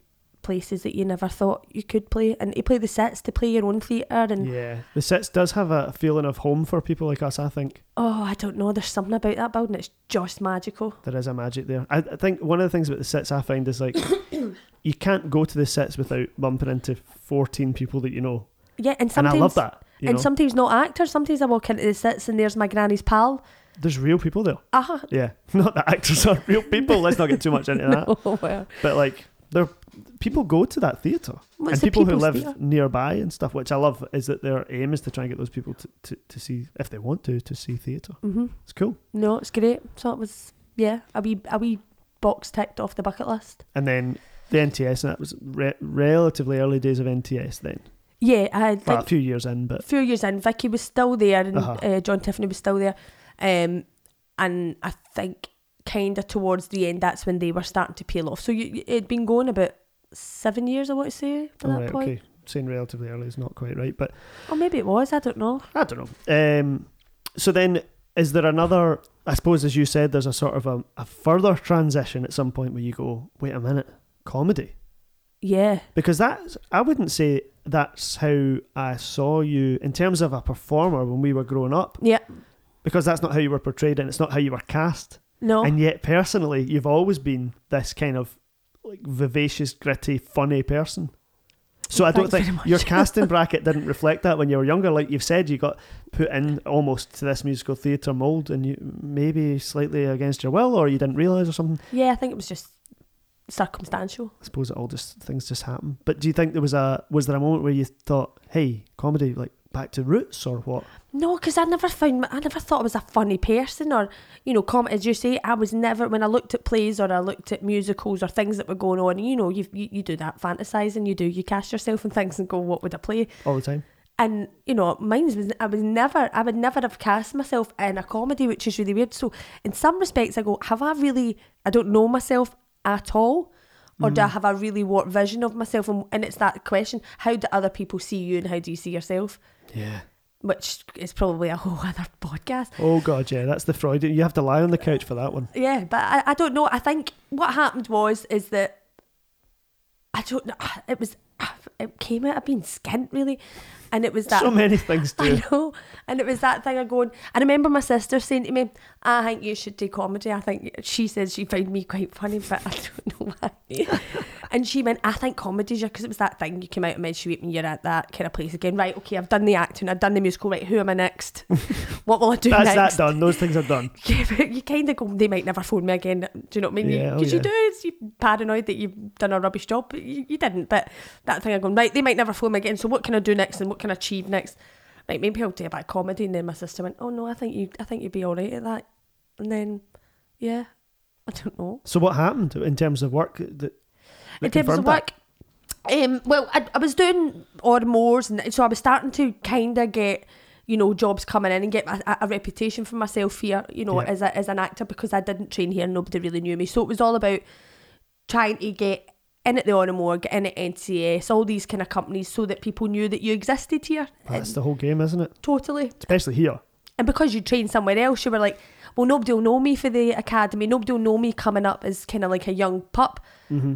Speaker 2: places that you never thought you could play, and you play the sets to play your own theatre, and
Speaker 1: yeah, the sets does have a feeling of home for people like us. I think.
Speaker 2: oh, I don't know, there's something about that building. It's just magical.
Speaker 1: there is a magic there. I, I think one of the things about the sets I find is like you can't go to the sets without bumping into fourteen people that you know,
Speaker 2: Yeah, and
Speaker 1: and
Speaker 2: sometimes
Speaker 1: I love that. You
Speaker 2: and
Speaker 1: know,
Speaker 2: sometimes not actors. Sometimes I walk into the sets and there's my granny's pal.
Speaker 1: there's real people there.
Speaker 2: Ah,
Speaker 1: Yeah, not that actors are real people. Let's not get too much into that.
Speaker 2: oh well.
Speaker 1: But like, there people go to that theatre,
Speaker 2: Well,
Speaker 1: and
Speaker 2: it's a
Speaker 1: people who
Speaker 2: people's
Speaker 1: live
Speaker 2: theatre.
Speaker 1: nearby and stuff, which I love, is that their aim is to try and get those people to, to, to see if they want to to see theatre.
Speaker 2: hmm
Speaker 1: It's cool.
Speaker 2: No, it's great. So it was yeah, a wee a wee box ticked off the bucket list.
Speaker 1: And then the NTS, and that was re- relatively early days of NTS. Then,
Speaker 2: Yeah, I
Speaker 1: well,
Speaker 2: think
Speaker 1: a few years in, but
Speaker 2: a few years in, Vicky was still there and
Speaker 1: Uh-huh.
Speaker 2: uh John Tiffany was still there. Um and I think kinda towards the end that's when they were starting to peel off. So you, you- it'd been going about seven years I want to say by that
Speaker 1: Alright,
Speaker 2: point.
Speaker 1: okay. Saying relatively early is not quite right, but
Speaker 2: Or maybe it was, I don't know.
Speaker 1: I don't know. Um, so then, is there another? I suppose, as you said, there's a sort of a, a further transition at some point where you go, wait a minute, comedy,
Speaker 2: Yeah.
Speaker 1: because that's I wouldn't say that's how I saw you in terms of a performer when we were growing up,
Speaker 2: Yeah.
Speaker 1: because that's not how you were portrayed and it's not how you were cast,
Speaker 2: No.
Speaker 1: and yet personally, you've always been this kind of like vivacious, gritty, funny person. So I don't
Speaker 2: Thanks very
Speaker 1: think
Speaker 2: much.
Speaker 1: your casting bracket didn't reflect that when you were younger. Like you've said, you got put in almost to this musical theatre mould, and you maybe slightly against your will, or you didn't realise, or something.
Speaker 2: yeah, I think it was just circumstantial.
Speaker 1: I suppose it all just things just happen. But do you think there was a was there a moment where you thought, "Hey, comedy, like back to roots," or what?
Speaker 2: No, because I never found my- I never thought I was a funny person or you know, com as you say, I was never when I looked at plays or I looked at musicals or things that were going on. You know, you you, you do that fantasizing, you do you cast yourself in things and go, what would I play?
Speaker 1: All the time.
Speaker 2: And you know, mine was I was never I would never have cast myself in a comedy, which is really weird. So in some respects, I go, have I really? I don't know myself at all. Or do I have a really warped vision of myself? And, and it's that question: How do other people see you, and how do you see yourself?
Speaker 1: Yeah.
Speaker 2: which is probably a whole other podcast.
Speaker 1: Oh god, yeah, that's the Freudian. You have to lie on the couch for that one.
Speaker 2: Yeah, but I, I don't know. I think what happened was is that I don't know. ah, It was it came out of being skint really, and it was that
Speaker 1: So many things do.
Speaker 2: I know, and it was that thing of going. I remember my sister saying to me, "I think you should do comedy." I think she says she found me quite funny, but I don't know why. and she went, "I think comedy's your because it was that thing you came out of midship and you're at that kind of place again. Right? Okay, I've done the acting, I've done the musical. Right? Who am I next? what will I do
Speaker 1: That's
Speaker 2: next?
Speaker 1: that done. Those things are done.
Speaker 2: Yeah, but you kind of go, they might never phone me again. Do you know what I mean?
Speaker 1: Yeah, oh
Speaker 2: Because
Speaker 1: yeah.
Speaker 2: you do, it's, you're paranoid that you've done a rubbish job, but you, you didn't. But that thing of going, right, they might never phone me again. So what can I do next and what can I achieve next? Right, maybe I'll do a bit of comedy. And then my sister went, oh no, I think you, I think you'd be all right at that. And then, yeah, I don't know.
Speaker 1: So what happened in terms of work? That, that
Speaker 2: in terms of
Speaker 1: confirmed that?
Speaker 2: work, um, well, I, I was doing odd mores, and so I was starting to kind of get, you know, jobs coming in and get my, a, a reputation for myself here, you know,
Speaker 1: Yeah.
Speaker 2: as a, as an actor because I didn't train here, and nobody really knew me. So it was all about trying to get in at the Oramore, get in at NCS, all these kind of companies, so that people knew that you existed here.
Speaker 1: That's the whole game, isn't it?
Speaker 2: Totally
Speaker 1: Especially here.
Speaker 2: and because you trained somewhere else, you were like, well, nobody will know me for the academy. Nobody will know me coming up as kind of like a young pup. Mm-hmm.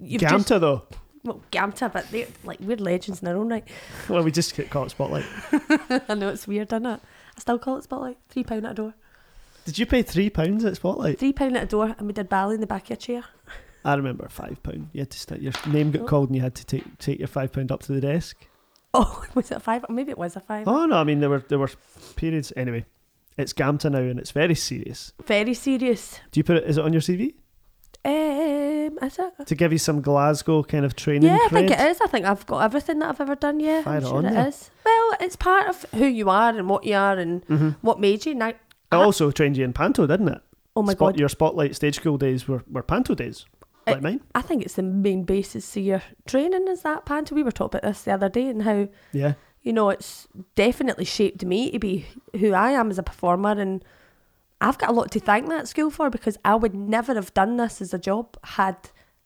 Speaker 2: You've
Speaker 1: Gamta
Speaker 2: just
Speaker 1: though.
Speaker 2: well, Gamta, but they're like we're legends in their own right.
Speaker 1: Well, we just get caught spotlight.
Speaker 2: I know it's weird, isn't it? I still call it spotlight. Three pound at a door.
Speaker 1: Did you pay three pounds at spotlight?
Speaker 2: Three pound at a door, and we did ballet in the back of your chair.
Speaker 1: I remember five pound. You had to st- your name got
Speaker 2: Oh.
Speaker 1: called and you had to take take your five pound up to the desk.
Speaker 2: Oh, was it a five? Maybe it was a five.
Speaker 1: Oh no, I mean there were there were periods anyway. It's Gamta now and it's very serious.
Speaker 2: Very serious.
Speaker 1: Do you put it? Is it on your CV
Speaker 2: Um, is it?
Speaker 1: to give you some Glasgow kind of training?
Speaker 2: Yeah, I think
Speaker 1: cred?
Speaker 2: it is. I think I've got everything that I've ever done. Yeah,
Speaker 1: Fire
Speaker 2: I'm sure
Speaker 1: on
Speaker 2: it
Speaker 1: then.
Speaker 2: is. Well, it's part of who you are and what you are and
Speaker 1: Mm-hmm.
Speaker 2: what made you. Now,
Speaker 1: It also trained you in panto, didn't it?
Speaker 2: oh my
Speaker 1: Spot-
Speaker 2: god, Eh.
Speaker 1: Your spotlight stage school days were, were panto days, like
Speaker 2: It-
Speaker 1: mine.
Speaker 2: I think it's the main basis of your training is that panto. We were talking about this the other day and how
Speaker 1: Yeah,
Speaker 2: you know it's definitely shaped me to be who I am as a performer, and I've got a lot to thank that school for because I would never have done this as a job had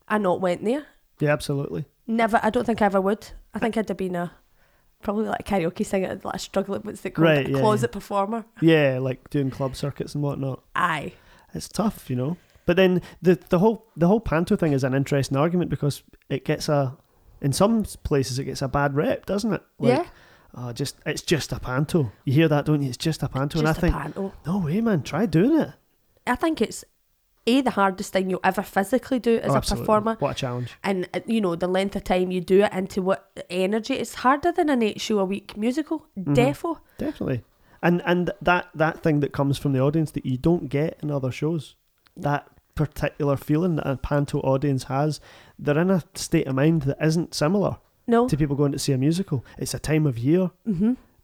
Speaker 2: I not went there.
Speaker 1: yeah, absolutely.
Speaker 2: Never. I don't think I ever would. I think I'd have been a probably like a karaoke singer, like a struggle. What's it called?
Speaker 1: Right,
Speaker 2: a
Speaker 1: yeah,
Speaker 2: closet performer.
Speaker 1: Yeah, like doing club circuits and whatnot.
Speaker 2: Aye.
Speaker 1: It's tough, you know. But then the the whole the whole panto thing is an interesting argument because it gets a in some places it gets a bad rep, doesn't it?
Speaker 2: yeah.
Speaker 1: Oh, just it's just a panto. You hear that, don't you? It's just a panto, and I
Speaker 2: Just a
Speaker 1: think
Speaker 2: panto.
Speaker 1: no way, man. Try doing it.
Speaker 2: I think it's a the hardest thing you'll ever physically do as
Speaker 1: Oh,
Speaker 2: a
Speaker 1: absolutely.
Speaker 2: performer.
Speaker 1: what a challenge.
Speaker 2: and uh, you know the length of time you do it into what energy it's harder than an eight show a week musical
Speaker 1: Mm-hmm.
Speaker 2: defo
Speaker 1: Definitely. And and that that thing that comes from the audience that you don't get in other shows. That particular feeling that a panto audience has, they're in a state of mind that isn't similar
Speaker 2: no Mm-hmm.
Speaker 1: to people going to see a musical. It's a time of year.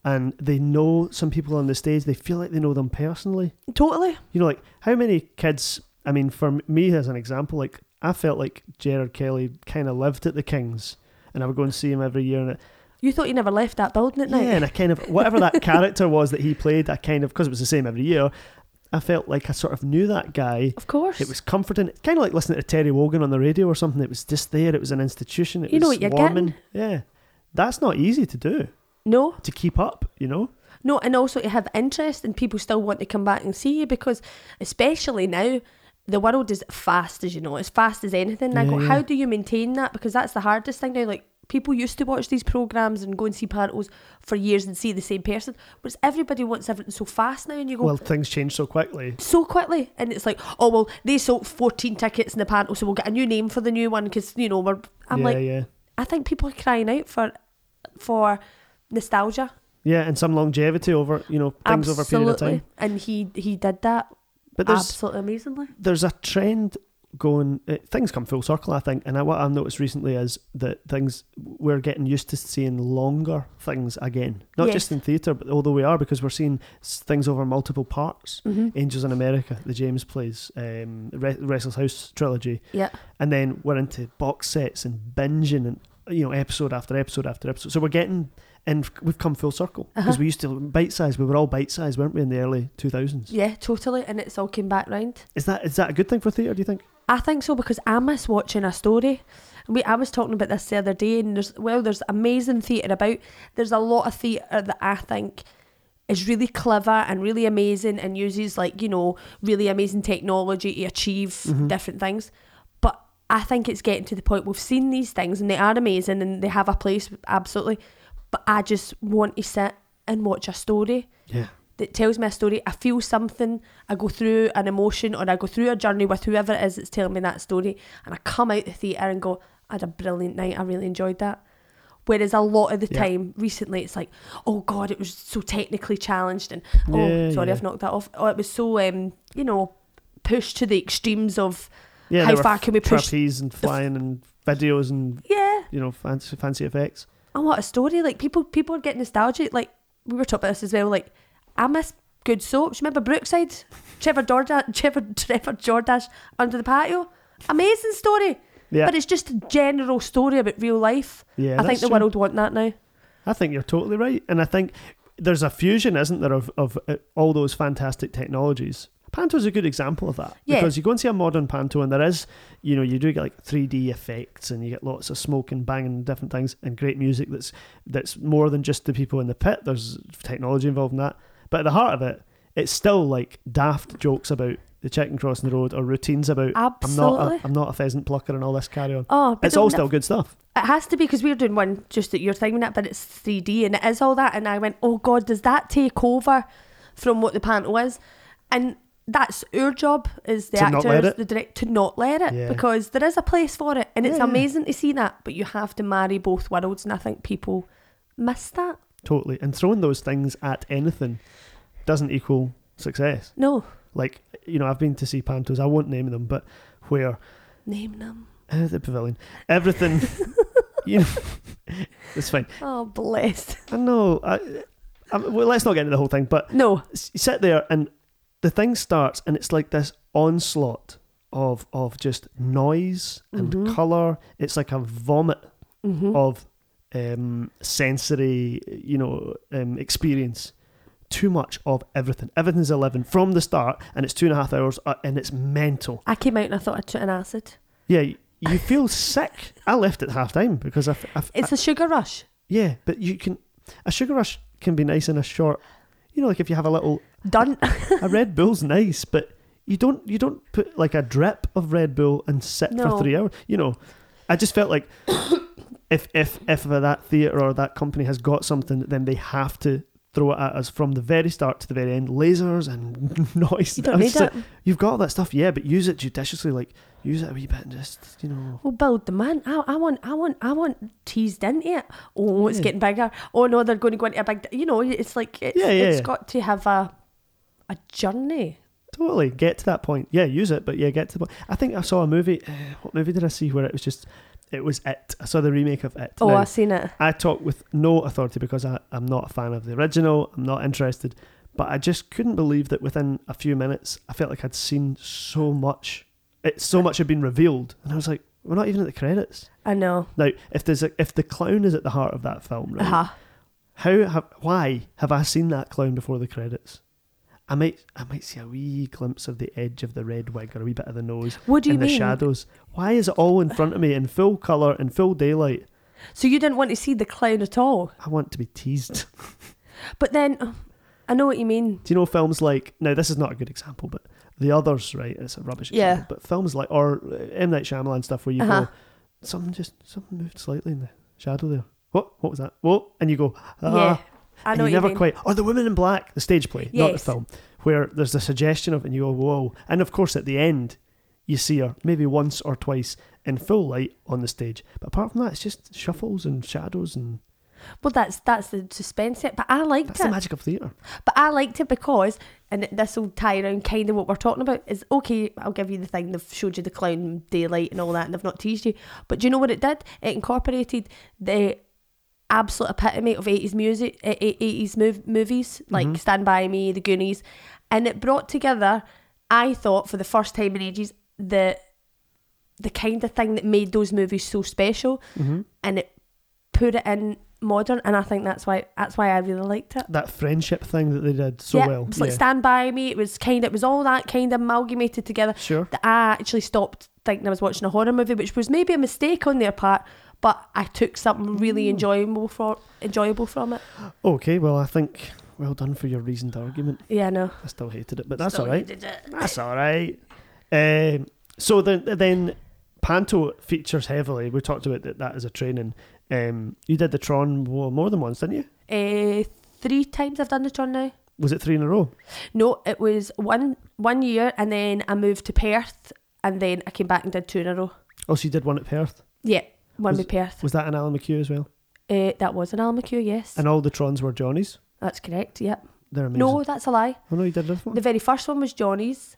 Speaker 1: And they know some people on the stage, they feel like they know them personally.
Speaker 2: totally
Speaker 1: You know, like how many kids? I mean, for m- me as an example, like I felt like Gerard Kelly kind of lived at the Kings, and I would go and see him every year. And it,
Speaker 2: you thought you never left that building at
Speaker 1: yeah,
Speaker 2: night
Speaker 1: and I kind of whatever that character was that he played, I kind of because it was the same every year. I felt like I sort of knew that guy.
Speaker 2: of course
Speaker 1: It was comforting, kind of like listening to Terry Wogan on the radio or something. It was just there. It was an institution. It
Speaker 2: You know
Speaker 1: was
Speaker 2: what you're
Speaker 1: warming. Yeah, that's not easy to do
Speaker 2: no
Speaker 1: to keep up. You know,
Speaker 2: no and also to have interest and people still want to come back and see you because especially now the world is fast as you know as fast as anything and I
Speaker 1: Yeah,
Speaker 2: go
Speaker 1: yeah.
Speaker 2: how do you maintain that because that's the hardest thing now like people used to watch these programs and go and see pantos for years and see the same person whereas everybody wants everything so fast now and you go
Speaker 1: well things change so quickly.
Speaker 2: so quickly and it's like oh well they sold 14 tickets in the panel so we'll get a new name for the new one because you know we're i'm
Speaker 1: yeah,
Speaker 2: like
Speaker 1: yeah,
Speaker 2: i think people are crying out for for nostalgia
Speaker 1: yeah, and some longevity over you know things over a period of
Speaker 2: absolutely
Speaker 1: time.
Speaker 2: and he he did that
Speaker 1: But there's
Speaker 2: absolutely amazingly
Speaker 1: there's a trend going. It, things come full circle, I think. And I, what I've noticed recently is that things we're getting used to seeing longer things again, not
Speaker 2: Yes.
Speaker 1: just in theatre, but although we are because we're seeing s- things over multiple parts. Angels in America, the James plays, um, Re- Restless House trilogy,
Speaker 2: yeah
Speaker 1: and then we're into box sets and binging and you know episode after episode after episode. So we're getting. And we've come full circle
Speaker 2: Uh-huh.
Speaker 1: because we used to bite size. We were all bite size, weren't we, in the early two thousands?
Speaker 2: yeah totally and it's all came back round
Speaker 1: Is that is that a good thing for theatre? Do you think?
Speaker 2: I think so because I miss watching a story. And we, I was talking about this the other day, and there's well, there's amazing theatre about. There's a lot of theatre that I think is really clever and really amazing and uses like you know really amazing technology to achieve different things but i think it's getting to the point we've seen these things and they are amazing and they have a place absolutely but i just want to sit and watch a story
Speaker 1: Yeah.
Speaker 2: that tells me a story. I feel something. I go through an emotion or I go through a journey with whoever it is that's telling me that story, and I come out the theatre and go, "I had a brilliant night. I really enjoyed that." Whereas a lot of the
Speaker 1: Yeah.
Speaker 2: time recently, it's like, "Oh God, it was so technically challenged," and "Oh,
Speaker 1: Yeah,
Speaker 2: sorry,
Speaker 1: yeah.
Speaker 2: I've knocked that off." Oh, it was so, um, you know, pushed to the extremes of
Speaker 1: Yeah.
Speaker 2: How
Speaker 1: there were
Speaker 2: far can we push
Speaker 1: Trapeze and flying and videos and
Speaker 2: yeah.
Speaker 1: you know fancy fancy effects.
Speaker 2: I want a story. Like people, people are getting nostalgic. Like we were talking about this as well. Like I miss good soaps. Remember Brookside, Trevor Jordan, Trevor Trevor Jordash under the patio. Amazing story.
Speaker 1: Yeah.
Speaker 2: But it's just a general story about real life.
Speaker 1: Yeah,
Speaker 2: I think
Speaker 1: that's
Speaker 2: the
Speaker 1: true.
Speaker 2: world want that now.
Speaker 1: I think you're totally right, and I think there's a fusion, isn't there, of of uh, all those fantastic technologies. Panto's a good example of that
Speaker 2: Yeah.
Speaker 1: because you go and see a modern panto, and there is, you know, you do get like 3D effects, and you get lots of smoke and banging and different things, and great music that's that's more than just the people in the pit. There's technology involved in that, but at the heart of it, it's still like daft jokes about the chicken crossing the road or routines about I'm
Speaker 2: Absolutely.
Speaker 1: not a, I'm not a pheasant plucker and all this carry on.
Speaker 2: Oh, but
Speaker 1: it's all
Speaker 2: they'll
Speaker 1: still good stuff.
Speaker 2: It has to be because we were doing one just at your time in it, but it's 3D and it is all that. And I went, oh God, does that take over from what the panto is? And that's our job as the
Speaker 1: To not
Speaker 2: actors,
Speaker 1: let it.
Speaker 2: the director, to not let it
Speaker 1: Yeah.
Speaker 2: because there is a place for it and it's
Speaker 1: Yeah, yeah.
Speaker 2: amazing to see that. But you have to marry both worlds, and I think people miss that.
Speaker 1: Totally. And throwing those things at anything doesn't equal success.
Speaker 2: No,
Speaker 1: Like, you know, I've been to see pantos, I won't name them, but where
Speaker 2: name them.
Speaker 1: uh, the pavilion, everything, you know, it's fine.
Speaker 2: Oh, blessed.
Speaker 1: I know. I, I, well, let's not get into the whole thing, but
Speaker 2: No,
Speaker 1: s- you sit there and the thing starts and it's like this onslaught of of just noise and
Speaker 2: Mhm.
Speaker 1: color it's like a vomit
Speaker 2: Mhm.
Speaker 1: of um sensory you know um experience too much of everything everything's 11 from the start and it's two and a half hours uh, and it's mental
Speaker 2: I came out and I thought I'd took an acid.
Speaker 1: yeah y- you feel sick i left at half time because I, f- I f-
Speaker 2: It's a sugar rush.
Speaker 1: yeah but you can a sugar rush can be nice in a short you know like if you have a little
Speaker 2: Done.
Speaker 1: a Red Bull's nice, but you don't you don't put like a drip of Red Bull and sit
Speaker 2: No.
Speaker 1: for three hours. You know, I just felt like if if if that theater or that company has got something, then they have to throw it at us from the very start to the very end. Lasers and noise.
Speaker 2: You
Speaker 1: I
Speaker 2: don't
Speaker 1: was
Speaker 2: need
Speaker 1: just
Speaker 2: it.
Speaker 1: like, You've got all that stuff, yeah, but use it judiciously. Like use it a wee bit and just you know.
Speaker 2: We'll Oh, build the man. I, I want, I want, I want teased into it. Oh, it's
Speaker 1: Yeah.
Speaker 2: getting bigger. Oh no, they're going to go into a big. You know, it's like it's,
Speaker 1: Yeah, yeah,
Speaker 2: it's
Speaker 1: yeah.
Speaker 2: got to have a a journey.
Speaker 1: Totally get to that point. Yeah, use it, but yeah, get to the point. I think I saw a movie. Uh, what movie did I see where it was just, it was it. I saw the remake of it.
Speaker 2: Oh,
Speaker 1: Now,
Speaker 2: I've seen it.
Speaker 1: I talk with no authority because I, I'm not a fan of the original. I'm not interested. But I just couldn't believe that within a few minutes, I felt like I'd seen so much. It, so much had been revealed. And I was like, we're not even at the credits.
Speaker 2: I know.
Speaker 1: Now, if there's a, if the clown is at the heart of that film, right,
Speaker 2: Uh-huh.
Speaker 1: how have, why have I seen that clown before the credits? I might I might see a wee glimpse of the edge of the red wig or a wee bit of the nose
Speaker 2: What do you
Speaker 1: in the
Speaker 2: mean?
Speaker 1: shadows. Why is it all in front of me in full colour, in full daylight?
Speaker 2: So you didn't want to see the clown at all,
Speaker 1: I want to be teased.
Speaker 2: but then oh, I know what you mean.
Speaker 1: Do you know films like now? This is not a good example, but the others, right? It's a rubbish
Speaker 2: Yeah.
Speaker 1: example. But films like or uh, M Night Shyamalan stuff where you
Speaker 2: Uh-huh.
Speaker 1: go, something just something moved slightly in the shadow there. What? What was that? Whoa! And you go,
Speaker 2: yeah,
Speaker 1: ah.
Speaker 2: I
Speaker 1: and
Speaker 2: know
Speaker 1: you
Speaker 2: what
Speaker 1: never
Speaker 2: you mean.
Speaker 1: quite. Or the Women in Black, the stage play, not the
Speaker 2: Yes.
Speaker 1: film, where there's the suggestion of, and you go, whoa! And of course, at the end, you see her maybe once or twice in full light on the stage. But apart from that, it's just shuffles and shadows, and
Speaker 2: Well, that's that's the suspense. It, but I liked
Speaker 1: that's
Speaker 2: it.
Speaker 1: the magic of theatre.
Speaker 2: But I liked it because, and this will tie around kind of what we're talking about, is okay, I'll give you the thing, they've showed you the clown daylight and all that, and they've not teased you. But do you know what it did? It incorporated the absolute epitome of 80s music, eh, eh, 80s mov- movies, like Stand By Me, The Goonies, and it brought together, I thought, for the first time in ages, the the kind of thing that made those movies so special and it put it in modern and I think that's why that's why I really liked it
Speaker 1: That friendship thing that they did so well.
Speaker 2: it was like
Speaker 1: yeah.
Speaker 2: Stand By Me. It was kind of, it was all that kind of amalgamated together
Speaker 1: sure.
Speaker 2: that I actually stopped thinking I was watching a horror movie, which was maybe a mistake on their part,
Speaker 1: Mm.
Speaker 2: but I took something really enjoyable for enjoyable from it.
Speaker 1: Okay, well, I think Well done for your reasoned argument.
Speaker 2: Yeah, no.
Speaker 1: I still hated it, but that's
Speaker 2: Still
Speaker 1: all right.
Speaker 2: needed it.
Speaker 1: That's all right. Um, so then, then Panto features heavily. We talked about that, that as a training. Um, you did the Tron more, more than once, didn't you?
Speaker 2: Eh, three times I've done the Tron now.
Speaker 1: Was it three in a row?
Speaker 2: No, it was one one year, and then I moved to Perth, and then I came back and did two in a row.
Speaker 1: Oh, so you did one at Perth.
Speaker 2: Yeah, one
Speaker 1: Was-
Speaker 2: with Perth.
Speaker 1: Was that an Alan McHugh as well?
Speaker 2: Eh, that was an Almacure, yes.
Speaker 1: And all the Trons were Johnny's.
Speaker 2: That's correct. Yep.
Speaker 1: They're amazing.
Speaker 2: No, that's a lie.
Speaker 1: oh no, you did this one.
Speaker 2: The very first one was Johnny's.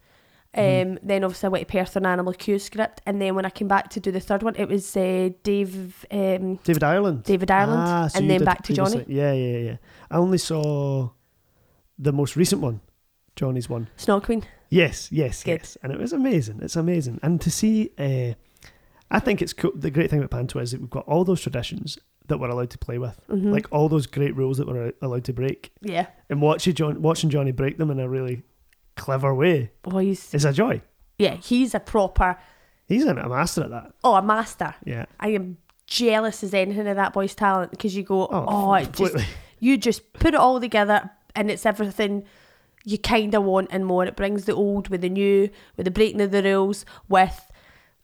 Speaker 2: Um,
Speaker 1: Mm-hmm.
Speaker 2: Then obviously I went to Perth on Animal Q script, and then when I came back to do the third one, it was uh, Dave um,
Speaker 1: David Ireland.
Speaker 2: David Ireland,
Speaker 1: Ah, so
Speaker 2: and
Speaker 1: you
Speaker 2: then
Speaker 1: did
Speaker 2: back to Johnny.
Speaker 1: previously. Yeah, yeah, yeah. I only saw the most recent one, Johnny's one.
Speaker 2: Snog Queen.
Speaker 1: Yes, yes,
Speaker 2: Good.
Speaker 1: yes. And it was amazing. It's amazing. And to see, uh, I think it's cool. The great thing about Panto is that we've got all those traditions that we're allowed to play with,
Speaker 2: Mhm.
Speaker 1: like all those great rules that we're uh, allowed to break.
Speaker 2: yeah.
Speaker 1: And watching, John, watching Johnny break them in a really clever way
Speaker 2: Oh, he's
Speaker 1: is a joy.
Speaker 2: yeah, he's a proper
Speaker 1: He's an, a master at that.
Speaker 2: oh a master.
Speaker 1: Yeah.
Speaker 2: I am jealous as anything of that boy's talent because you go oh, it just
Speaker 1: completely.
Speaker 2: you just put it all together and it's everything you kind of want and more. It brings the old with the new, with the breaking of the rules, with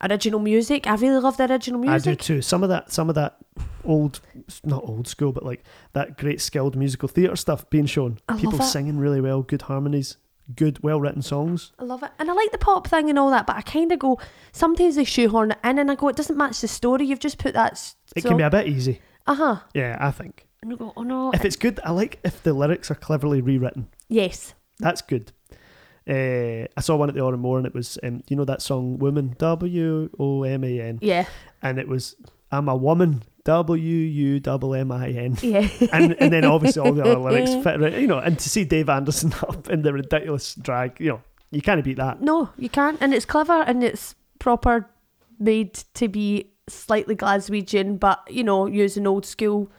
Speaker 2: original music. I really love the original
Speaker 1: I do
Speaker 2: music.
Speaker 1: too. Some of that, some of that old, not old school, but like that great skilled musical theatre stuff being shown.
Speaker 2: I love
Speaker 1: People
Speaker 2: it.
Speaker 1: singing really well, good harmonies, good, well written songs.
Speaker 2: I love it. And I like the pop thing and all that, but I kind of go, sometimes they shoehorn it in and I go, it doesn't match the story. You've just put that.
Speaker 1: It can be a bit easy.
Speaker 2: Uh huh.
Speaker 1: Yeah, I think.
Speaker 2: And I go, oh no.
Speaker 1: If it's good, I like if the lyrics are cleverly rewritten.
Speaker 2: yes.
Speaker 1: That's good. Uh, I saw one at the Oran Moor and it was, um, you know, that song Woman, W O M A N.
Speaker 2: Yeah.
Speaker 1: And it was, I'm a woman, W U double M I N.
Speaker 2: Yeah.
Speaker 1: and and then obviously all the other lyrics fit right, you know. And to see Dave Anderson up in the ridiculous drag, you know, you can't beat that.
Speaker 2: No, you can't. And it's clever and it's proper made to be slightly Glaswegian, but, you know, using old school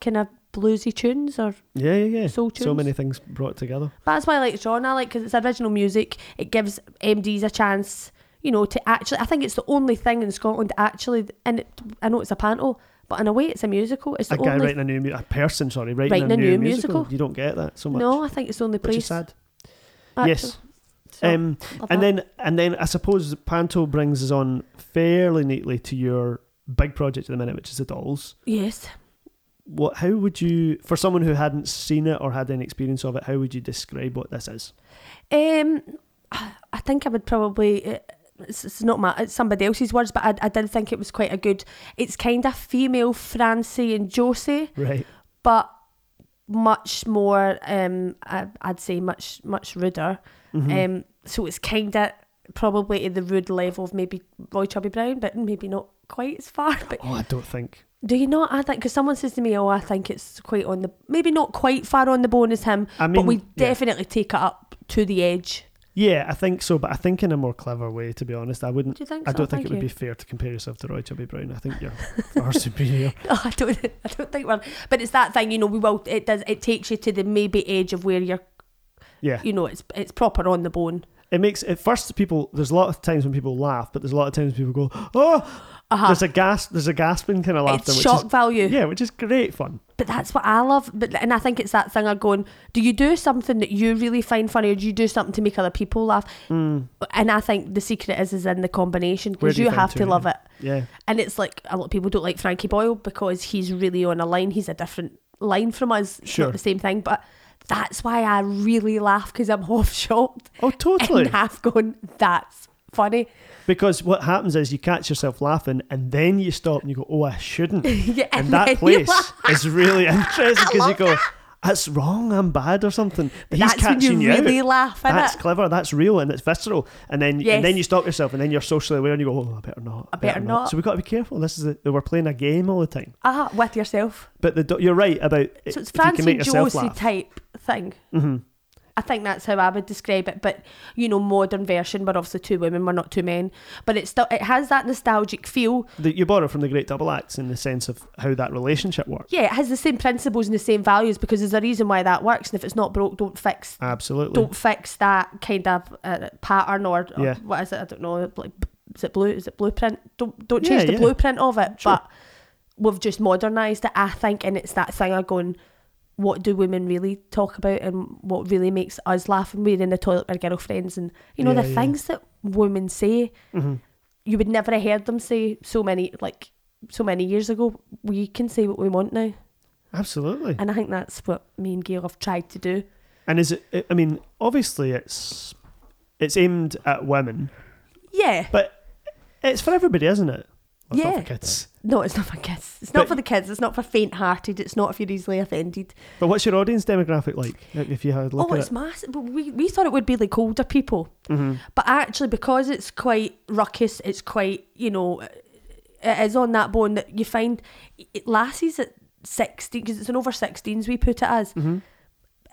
Speaker 2: kind of bluesy tunes or.
Speaker 1: Yeah, yeah, yeah.
Speaker 2: Soul
Speaker 1: so
Speaker 2: tunes.
Speaker 1: many things brought together.
Speaker 2: But that's why I like Tron. I like because it's original music. It gives MDs a chance, you know, to actually. I think it's the only thing in Scotland actually. And it, I know it's a panto, but in a way, it's a musical. It's the
Speaker 1: A guy
Speaker 2: only.
Speaker 1: writing a new mu- a person, sorry, writing,
Speaker 2: Writing
Speaker 1: a, new, musical. You don't get that so much.
Speaker 2: no, I think it's the only
Speaker 1: which
Speaker 2: place.
Speaker 1: is sad.
Speaker 2: actually.
Speaker 1: Yes.
Speaker 2: So,
Speaker 1: um,
Speaker 2: love
Speaker 1: and
Speaker 2: that.
Speaker 1: then and then I suppose Panto brings us on fairly neatly to your big project at the minute, which is the dolls.
Speaker 2: yes,
Speaker 1: What? How would you, for someone who hadn't seen it or had any experience of it, how would you describe what this is?
Speaker 2: um, I think I would probably. uh, It's, it's not my it's somebody else's words, but I, I did think it was quite a good. It's kind of female Francie and Josie.
Speaker 1: Right.
Speaker 2: but much more um I, i'd say much much ruder
Speaker 1: Mm-hmm.
Speaker 2: um so it's kind of probably at the rude level of maybe roy chubby brown but maybe not quite as far but
Speaker 1: Oh, I don't think.
Speaker 2: do you not i think because someone says to me oh i think it's quite on the maybe not quite far on the bone as him
Speaker 1: I
Speaker 2: but we
Speaker 1: mean, yeah.
Speaker 2: definitely take it up to the edge
Speaker 1: Yeah, I think so, but I think in a more clever way. To be honest, I wouldn't.
Speaker 2: do you think
Speaker 1: I
Speaker 2: so?
Speaker 1: don't think
Speaker 2: Thank
Speaker 1: it would
Speaker 2: you.
Speaker 1: be fair to compare yourself to Roy Chubby Brown. I think you're far superior.
Speaker 2: Oh, I don't. I don't think we're. But it's that thing, you know. We will. It does. It takes you to the maybe edge of where you're.
Speaker 1: Yeah,
Speaker 2: You know, it's it's proper on the bone.
Speaker 1: it makes at first people. There's a lot of times when people laugh, but there's a lot of times people go, "Oh!"
Speaker 2: Uh-huh.
Speaker 1: There's a gasp. There's a gasping kind of laughter,
Speaker 2: it's
Speaker 1: which
Speaker 2: shock value.
Speaker 1: is yeah, which is great fun.
Speaker 2: But that's what I love. But and I think it's that thing of going, do you do something that you really find funny, or do you do something to make other people laugh? And I think the secret is is in the combination
Speaker 1: Mm. Where
Speaker 2: because
Speaker 1: do you
Speaker 2: you,
Speaker 1: find
Speaker 2: have to
Speaker 1: two,
Speaker 2: love it.
Speaker 1: Yeah,
Speaker 2: And it's like a lot of people don't like Frankie Boyle because he's really on a line. He's a different line from us. It's
Speaker 1: Sure.
Speaker 2: not the same thing, but. That's why I really laugh because I'm half shocked
Speaker 1: oh
Speaker 2: and
Speaker 1: totally.
Speaker 2: half going, that's funny.
Speaker 1: Because what happens is you catch yourself laughing, and then you stop and you go, "Oh, I shouldn't."
Speaker 2: Yeah,
Speaker 1: and
Speaker 2: then you
Speaker 1: that place
Speaker 2: laugh.
Speaker 1: is really interesting because you
Speaker 2: love
Speaker 1: go, "That's wrong. I'm bad or something." But he's
Speaker 2: That's when
Speaker 1: catching
Speaker 2: you
Speaker 1: out.
Speaker 2: really laugh, innit?
Speaker 1: That's clever. That's real, and it's visceral. And then
Speaker 2: Yes.
Speaker 1: and then you stop yourself, and then you're socially aware, and you go, "Oh, I better not. I
Speaker 2: better not."
Speaker 1: So we've got to be careful. This is a, we're playing a game all the time.
Speaker 2: Ah, with yourself.
Speaker 1: But the, do- you're right about it-
Speaker 2: So it's
Speaker 1: if you can
Speaker 2: fancy
Speaker 1: make yourself
Speaker 2: Josie
Speaker 1: laugh.
Speaker 2: type thing.
Speaker 1: Mhm.
Speaker 2: I think that's how I would describe it. But you know, modern version. We're obviously two women. We're not two men. But it's still it has that nostalgic feel.
Speaker 1: That you borrow from the Great Double Acts in the sense of how that relationship works.
Speaker 2: Yeah, it has the same principles and the same values because there's a reason why that works. And if it's not broke, don't fix.
Speaker 1: Absolutely.
Speaker 2: Don't fix that kind of uh, pattern or, or
Speaker 1: Yeah.
Speaker 2: what is it? I don't know. Like, is it blue? Is it blueprint? Don't don't
Speaker 1: Yeah,
Speaker 2: change the
Speaker 1: yeah.
Speaker 2: blueprint of it.
Speaker 1: Sure.
Speaker 2: But we've just modernised it, I think, and it's that thing of going. what do women really talk about and what really makes us laugh and we're in the toilet with our girlfriends and you know
Speaker 1: Yeah,
Speaker 2: the
Speaker 1: yeah.
Speaker 2: things that women say
Speaker 1: hmm
Speaker 2: you would never have heard them say so many like so many years ago we can say what we want now
Speaker 1: Absolutely.
Speaker 2: and i think that's what me and gail have tried to do
Speaker 1: And is it? I- I mean, obviously, it's it's aimed at women,
Speaker 2: yeah
Speaker 1: but it's for everybody, isn't it? Well, it's not
Speaker 2: Yeah.
Speaker 1: for kids.
Speaker 2: no it's not for kids it's not
Speaker 1: But-
Speaker 2: for the kids it's not for faint-hearted it's not if you're easily offended
Speaker 1: But what's your audience demographic like? If if you had a look
Speaker 2: oh
Speaker 1: at
Speaker 2: it's
Speaker 1: it,
Speaker 2: massive but we, we thought it would be like older people
Speaker 1: Mhm.
Speaker 2: But actually, because it's quite ruckus, it's quite, you know, it is on that bone that you find it, lassies at 16, because it's an over 16s we put it as.
Speaker 1: Mhm.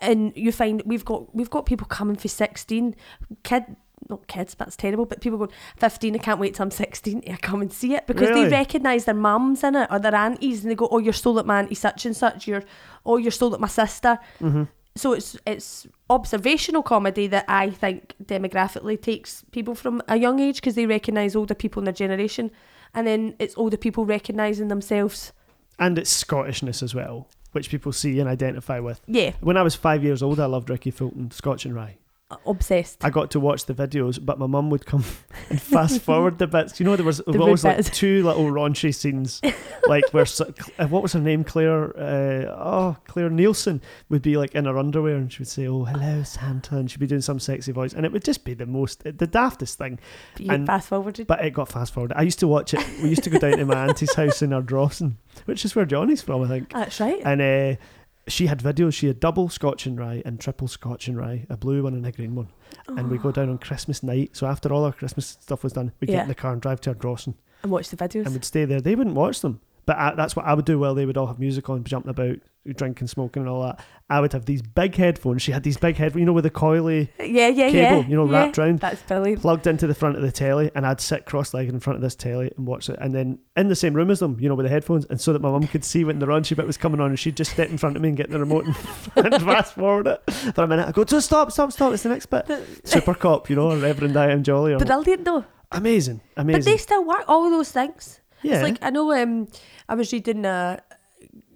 Speaker 2: And you find we've got we've got people coming for 16, kid, not kids, that's terrible, but people going, 15, I can't wait till I'm 16, I come and see it. Because
Speaker 1: Really?
Speaker 2: they recognise their mums in it or their aunties and they go, oh, you're stole at my auntie such and such, you're, oh, you're stole at my sister
Speaker 1: Mm-hmm.
Speaker 2: so it's it's observational comedy that I think demographically takes people from a young age because they recognise older people in their generation, and then it's older people recognising themselves.
Speaker 1: and it's Scottishness as well, which people see and identify with.
Speaker 2: Yeah,
Speaker 1: When I was five years old, I loved Ricky Fulton, Scotch and Rye.
Speaker 2: obsessed.
Speaker 1: I got to watch the videos, but my mum would come and fast forward the bits. You know, there was
Speaker 2: rude
Speaker 1: always like
Speaker 2: bits.
Speaker 1: two little raunchy scenes, like where so- uh, what was her name, Claire? Uh, oh, Claire Nielsen would be like in her underwear and she would say, "Oh, hello, Santa," and she'd be doing some sexy voice, and it would just be the most the daftest thing.
Speaker 2: But you
Speaker 1: and-
Speaker 2: fast forwarded.
Speaker 1: But it got fast forward. I used to watch it. We used to go down to my auntie's house in Ardrossan, which is where Johnny's from, I think.
Speaker 2: That's right.
Speaker 1: And uh, she had videos. She had double Scotch and rye and triple Scotch and rye, a blue one and a green one and we go down on Christmas night. So after all our Christmas stuff was done, we would get
Speaker 2: Yeah.
Speaker 1: in the car and drive to Ardrossan
Speaker 2: and watch the videos.
Speaker 1: and we'd stay there. They wouldn't watch them, but I, that's what I would do. Well, they would all have music on, jumping about, drinking, smoking, and all that. I would have these big headphones. She had these big headphones, you know, with the coily
Speaker 2: yeah, yeah,
Speaker 1: cable,
Speaker 2: Uh, yeah.
Speaker 1: you know,
Speaker 2: yeah.
Speaker 1: wrapped round.
Speaker 2: That's brilliant.
Speaker 1: Plugged into the front of the telly, and I'd sit cross-legged in front of this telly and watch it, and then in the same room as them, you know, with the headphones, and so that my mum could see when the raunchy bit was coming on, and she'd just step in front of me and get the remote and, and fast forward it for a minute. I go, just stop, stop, stop! It's the next bit. Super cop, you know, or Reverend I am Jolly. Or
Speaker 2: Brilliant though.
Speaker 1: amazing,
Speaker 2: But they
Speaker 1: amazing.
Speaker 2: still work. All those things.
Speaker 1: yeah,
Speaker 2: It's like I know. Um, I was reading a,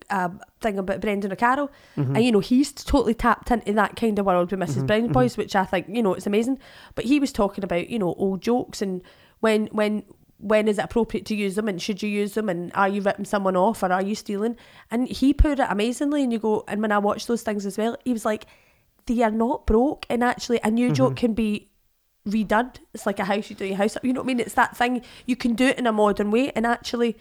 Speaker 2: a thing about Brendan O'Carroll, and you know he's totally tapped into that kind of world with missus Brown's Boys, which I think you know it's amazing. But he was talking about you know old jokes and when when when is it appropriate to use them and should you use them and are you ripping someone off or are you stealing? And he put it amazingly, and you go and when I watched those things as well, he was like, they are not broke, and actually a new joke can be redone. It's like a house, you do your house up. You know what I mean? It's that thing. You can do it in a modern way, and actually,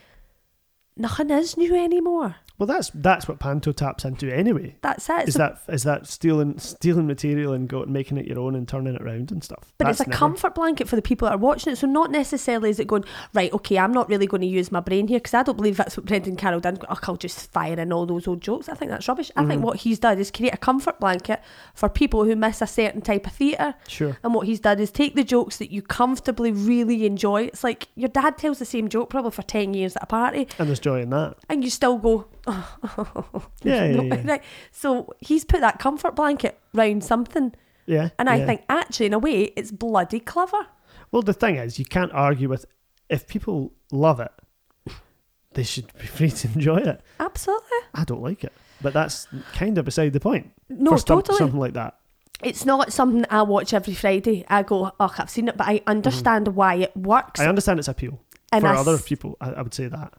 Speaker 2: nothing is new anymore.
Speaker 1: well, that's that's what Panto taps into anyway.
Speaker 2: That's it. It's
Speaker 1: Is
Speaker 2: a-
Speaker 1: that is that stealing stealing material and go making it your own and turning it around and stuff?
Speaker 2: but
Speaker 1: That's
Speaker 2: it's a
Speaker 1: never-
Speaker 2: comfort blanket for the people that are watching it. So not necessarily is it going right. Okay, I'm not really going to use my brain here because I don't believe that's what Brendan Carroll done. Oh, I'll just fire in all those old jokes. I think that's rubbish. I
Speaker 1: Mm-hmm.
Speaker 2: think what he's done is create a comfort blanket for people who miss a certain type of theatre.
Speaker 1: Sure.
Speaker 2: And what he's done is take the jokes that you comfortably really enjoy. It's like your dad tells the same joke probably for ten years at a party.
Speaker 1: And there's joy in that.
Speaker 2: and you still go,
Speaker 1: Yeah,
Speaker 2: you
Speaker 1: yeah,
Speaker 2: know,
Speaker 1: yeah.
Speaker 2: like, so he's put that comfort blanket round something,
Speaker 1: Yeah.
Speaker 2: and I
Speaker 1: yeah.
Speaker 2: think actually, in a way, it's bloody clever.
Speaker 1: Well, the thing is, you can't argue with if people love it, they should be free to enjoy it.
Speaker 2: Absolutely,
Speaker 1: I don't like it, but that's kind of beside the point.
Speaker 2: no,
Speaker 1: for some-
Speaker 2: totally.
Speaker 1: something like that.
Speaker 2: It's not something I watch every Friday. I go, oh, I've seen it, but I understand why it works,
Speaker 1: Mm-hmm. I understand its appeal
Speaker 2: and
Speaker 1: for
Speaker 2: I, s-
Speaker 1: other people. I, I would say that.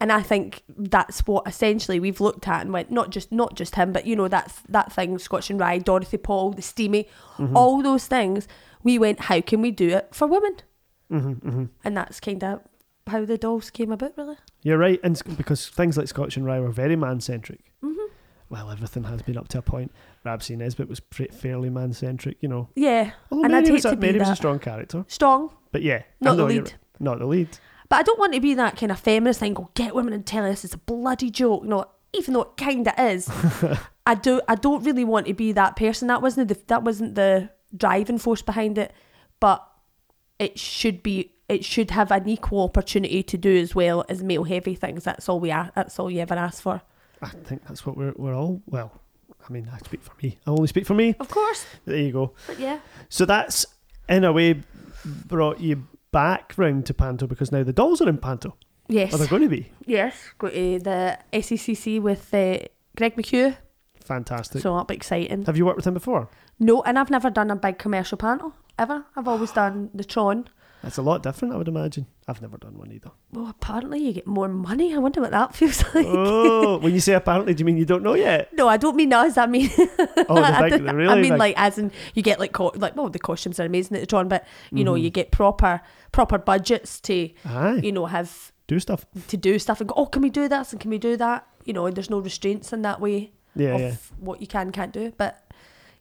Speaker 2: and I think that's what essentially we've looked at and went, not just not just him, but you know that that thing, Scotch and Rye, Dorothy Paul, the Steamy,
Speaker 1: Mm-hmm.
Speaker 2: all those things. We went, how can we do it for women?
Speaker 1: hmm hmm
Speaker 2: and that's kind of how the dolls came about, really.
Speaker 1: You're right, and s- because things like Scotch and Rye were very man centric.
Speaker 2: Mhm.
Speaker 1: Well, everything has been up to a point. Ramsey Nesbitt was pretty, fairly man centric, you know.
Speaker 2: Yeah,
Speaker 1: Although
Speaker 2: And I'd
Speaker 1: Mary, was
Speaker 2: hate
Speaker 1: a,
Speaker 2: to be
Speaker 1: Mary was a
Speaker 2: that.
Speaker 1: strong character,
Speaker 2: strong,
Speaker 1: but yeah,
Speaker 2: not the
Speaker 1: no,
Speaker 2: lead.
Speaker 1: you're right. Not the lead.
Speaker 2: But I don't want to be that kind of feminist thing. Go get women and tell us it's a bloody joke. No, even though it kind of is. I do. I don't really want to be that person. That wasn't the that wasn't the driving force behind it. But it should be. It should have an equal opportunity to do as well as male heavy things. That's all we are. That's all you ever ask for.
Speaker 1: I think that's what we're we're all well. I mean, I speak for me. I only speak for me.
Speaker 2: Of course.
Speaker 1: There you go.
Speaker 2: But yeah.
Speaker 1: So that's in a way brought you back round to Panto because now the dolls are in Panto. Oh, Are
Speaker 2: Yes.
Speaker 1: they going to be?
Speaker 2: E Yes, go to the SECC with uh, Greg McHugh
Speaker 1: Fantastic.
Speaker 2: So up exciting.
Speaker 1: Have you worked with him before?
Speaker 2: No, and I've never done a big commercial panel ever. I've always done the Tron.
Speaker 1: That's a lot different, I would imagine. I've never done one either.
Speaker 2: Well, apparently you get more money. I wonder what that feels like.
Speaker 1: Oh, when you say apparently, do you mean you don't know yet?
Speaker 2: No, I don't mean us. I mean,
Speaker 1: Oh,
Speaker 2: I,
Speaker 1: the big,
Speaker 2: don't-
Speaker 1: the
Speaker 2: I
Speaker 1: really
Speaker 2: mean
Speaker 1: big.
Speaker 2: like as in you get like co- like well the costumes are amazing at the Tron, but you know
Speaker 1: Mm-hmm.
Speaker 2: you get proper proper budgets to
Speaker 1: Aye,
Speaker 2: you know have
Speaker 1: do stuff.
Speaker 2: to do stuff and go oh can we do this and can we do that you know and there's no restraints in that way
Speaker 1: Yeah,
Speaker 2: of
Speaker 1: yeah.
Speaker 2: what you can and can't do, but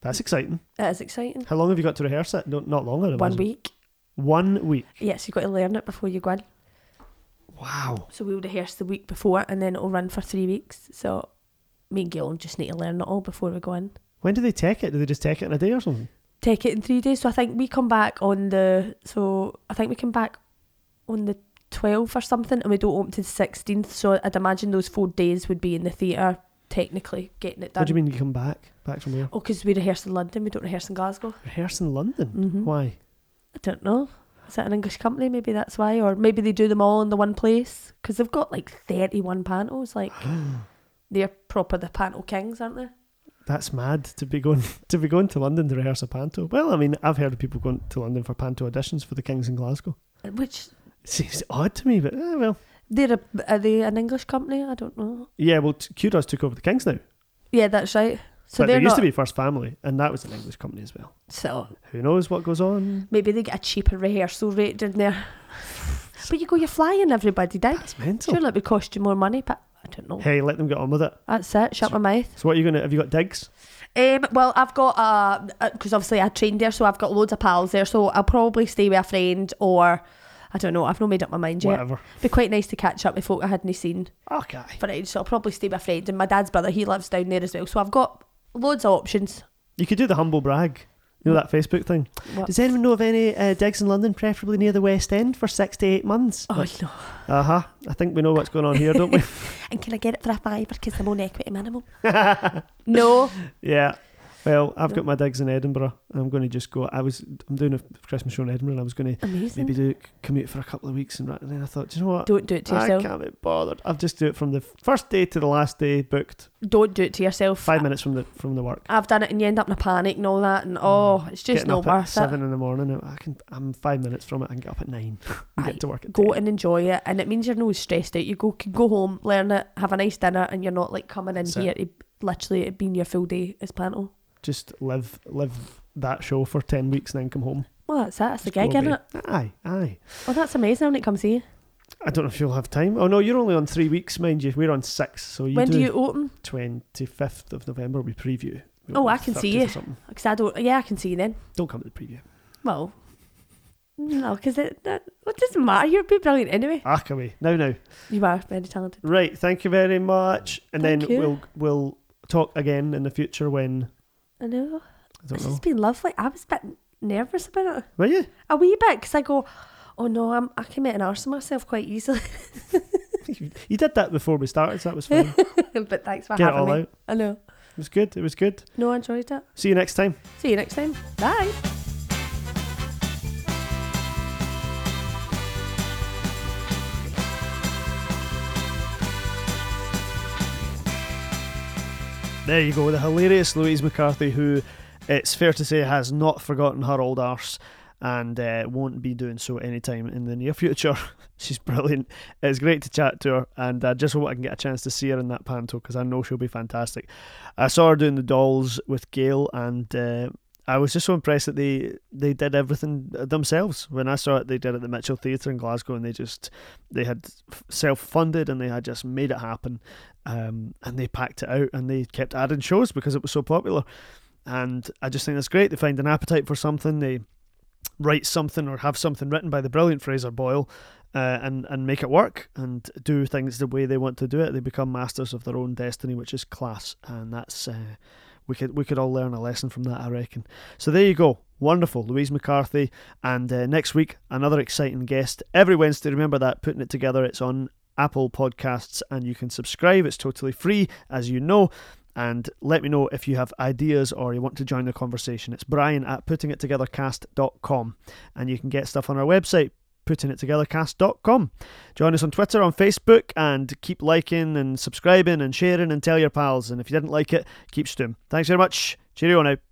Speaker 1: That's exciting.
Speaker 2: it is exciting.
Speaker 1: How long have you got to rehearse it? No, not long, I
Speaker 2: One
Speaker 1: imagine.
Speaker 2: week,
Speaker 1: One week.
Speaker 2: yes, you've got to learn it before you go in.
Speaker 1: Wow.
Speaker 2: So we'll rehearse the week before, and then it'll run for three weeks. So me and Gil just need to learn it all before we go in.
Speaker 1: When do they take it? Do they just take it in a day or something?
Speaker 2: take it in three days. So I think we come back on the so I think we come back on the twelfth or something, and we don't open to the sixteenth. So I'd imagine those four days would be in the theatre, technically getting it done.
Speaker 1: What do you mean you come back? Back from where?
Speaker 2: Oh, because we rehearse in London, we don't rehearse in Glasgow.
Speaker 1: Rehearse in London?
Speaker 2: Mhm.
Speaker 1: Why?
Speaker 2: I don't know. Is that an English company? Maybe that's why, or maybe they do them all in the one place because they've got like thirty-one panels. Like they're proper the panel kings, aren't they?
Speaker 1: That's mad to be going to be going to London to rehearse a panto. Well, I mean, I've heard of people going to London for panto auditions for the Kings in Glasgow.
Speaker 2: Which
Speaker 1: It seems odd to me, but eh, well,
Speaker 2: they're a, are they an English company? I don't know.
Speaker 1: yeah. Well, t- Kudos took over the Kings now,
Speaker 2: Yeah, that's right. So
Speaker 1: but
Speaker 2: they're
Speaker 1: they used
Speaker 2: not.
Speaker 1: to be First Family, and that was an English company as well.
Speaker 2: So
Speaker 1: Who knows what goes on?
Speaker 2: Maybe they get a cheaper rehearsal rate, didn't they? but you go, you're flying everybody down.
Speaker 1: That's mental.
Speaker 2: Surely it would cost you more money, but I don't know.
Speaker 1: Hey, let them get on with it.
Speaker 2: That's it, shut my mouth.
Speaker 1: So, what are you gonna? Have you got digs?
Speaker 2: Um, well, I've got, because obviously I trained there, so I've got loads of pals there, so I'll probably stay with a friend or, I don't know, I've not made up my mind yet.
Speaker 1: Whatever.
Speaker 2: It'd be quite nice to catch up with folk I hadn't seen
Speaker 1: Okay.
Speaker 2: for ages, so I'll probably stay with a friend. And my dad's brother, he lives down there as well, so I've got loads of options.
Speaker 1: You could do the humble brag. You know that Facebook thing.
Speaker 2: What?
Speaker 1: Does anyone know of any uh, digs in London, preferably near the West End, for six to eight months?
Speaker 2: Oh,
Speaker 1: Like,
Speaker 2: no.
Speaker 1: Uh huh. I think we know what's going on here, don't we?
Speaker 2: And can I get it for a fiver because I'm on equity minimum? no.
Speaker 1: yeah. Well, I've got my digs in Edinburgh. I'm going to just go. I was. I'm doing a Christmas show in Edinburgh, and I was going to
Speaker 2: Amazing.
Speaker 1: maybe do commute for a couple of weeks, and, ra- and then I thought, do you know what?
Speaker 2: Don't do it to
Speaker 1: I
Speaker 2: yourself.
Speaker 1: can't be bothered. I'll just do it from the f- first day to the last day booked.
Speaker 2: Don't do it to yourself.
Speaker 1: Five minutes from the from the work.
Speaker 2: I've done it and you end up in a panic and all that and oh it's just
Speaker 1: Getting
Speaker 2: not
Speaker 1: up at
Speaker 2: worth
Speaker 1: seven
Speaker 2: it.
Speaker 1: in the morning. I can. I'm five minutes from it. I can get up at nine. and
Speaker 2: Aye,
Speaker 1: get to work at
Speaker 2: Go
Speaker 1: ten.
Speaker 2: and enjoy it and it means you're not stressed out. You go can go home, learn it, have a nice dinner and you're not like coming in
Speaker 1: That's it.
Speaker 2: here to literally it being your full day as Oh, panel.
Speaker 1: Just live live that show for ten weeks, and then come home.
Speaker 2: Well that's it, that's the
Speaker 1: Just go
Speaker 2: gig, isn't
Speaker 1: away.
Speaker 2: it?
Speaker 1: Aye, aye.
Speaker 2: Oh that's amazing when it comes here.
Speaker 1: I don't know if you'll have time. Oh no, you're only on three weeks, mind you. We're on six, so you
Speaker 2: when
Speaker 1: do,
Speaker 2: do you open?
Speaker 1: twenty fifth of November. We preview. We
Speaker 2: Oh,
Speaker 1: open
Speaker 2: I can
Speaker 1: 30th
Speaker 2: see
Speaker 1: or
Speaker 2: you.
Speaker 1: something.
Speaker 2: Because I don't yeah, I can see you then.
Speaker 1: Don't come to the preview.
Speaker 2: Well no, because it, that- well, it doesn't matter. You'd be brilliant anyway.
Speaker 1: Ack away now, now.
Speaker 2: You are very talented.
Speaker 1: Right, thank you very much, and
Speaker 2: Thank
Speaker 1: then
Speaker 2: you.
Speaker 1: we'll we'll talk again in the future when
Speaker 2: I know.
Speaker 1: I don't
Speaker 2: This has
Speaker 1: know.
Speaker 2: been lovely. I was a bit nervous about it.
Speaker 1: Were you?
Speaker 2: a wee bit because I go, oh no, I'm, I commit an arse to myself quite easily.
Speaker 1: you? You did that before we started, so that was fun.
Speaker 2: but thanks for
Speaker 1: Get it
Speaker 2: having
Speaker 1: all
Speaker 2: me.
Speaker 1: out. It
Speaker 2: I know.
Speaker 1: was good. It was good.
Speaker 2: No, I enjoyed it.
Speaker 1: See you next time.
Speaker 2: See you next time. Bye.
Speaker 1: There you go, the hilarious Louise McCarthy, who it's fair to say has not forgotten her old arse and uh, won't be doing so anytime in the near future. She's brilliant. It's great to chat to her, and I just hope I can get a chance to see her in that panto because I know she'll be fantastic. I saw her doing the dolls with Gail, and uh, I was just so impressed that they they did everything themselves. When I saw it, they did it at the Mitchell Theatre in Glasgow, and they just they had self funded and they had just made it happen um, and they packed it out and they kept adding shows because it was so popular. And I just think that's great. They find an appetite for something, they write something or have something written by the brilliant Fraser Boyle, uh, and and make it work and do things the way they want to do it. They become masters of their own destiny, which is class, and that's uh, we could we could all learn a lesson from that, I reckon. So there you go. Wonderful, Louise McCarthy, and uh, next week another exciting guest. Every Wednesday, remember that putting it together. It's on Apple Podcasts, and you can subscribe. It's totally free, as you know. And let me know if you have ideas or you want to join the conversation. It's brian at puttingittogethercast.com. And you can get stuff on our website, putting it together cast.com. Join us on Twitter, on Facebook, and keep liking and subscribing and sharing and tell your pals. And if you didn't like it, keep stoom. Thanks very much. Cheerio now.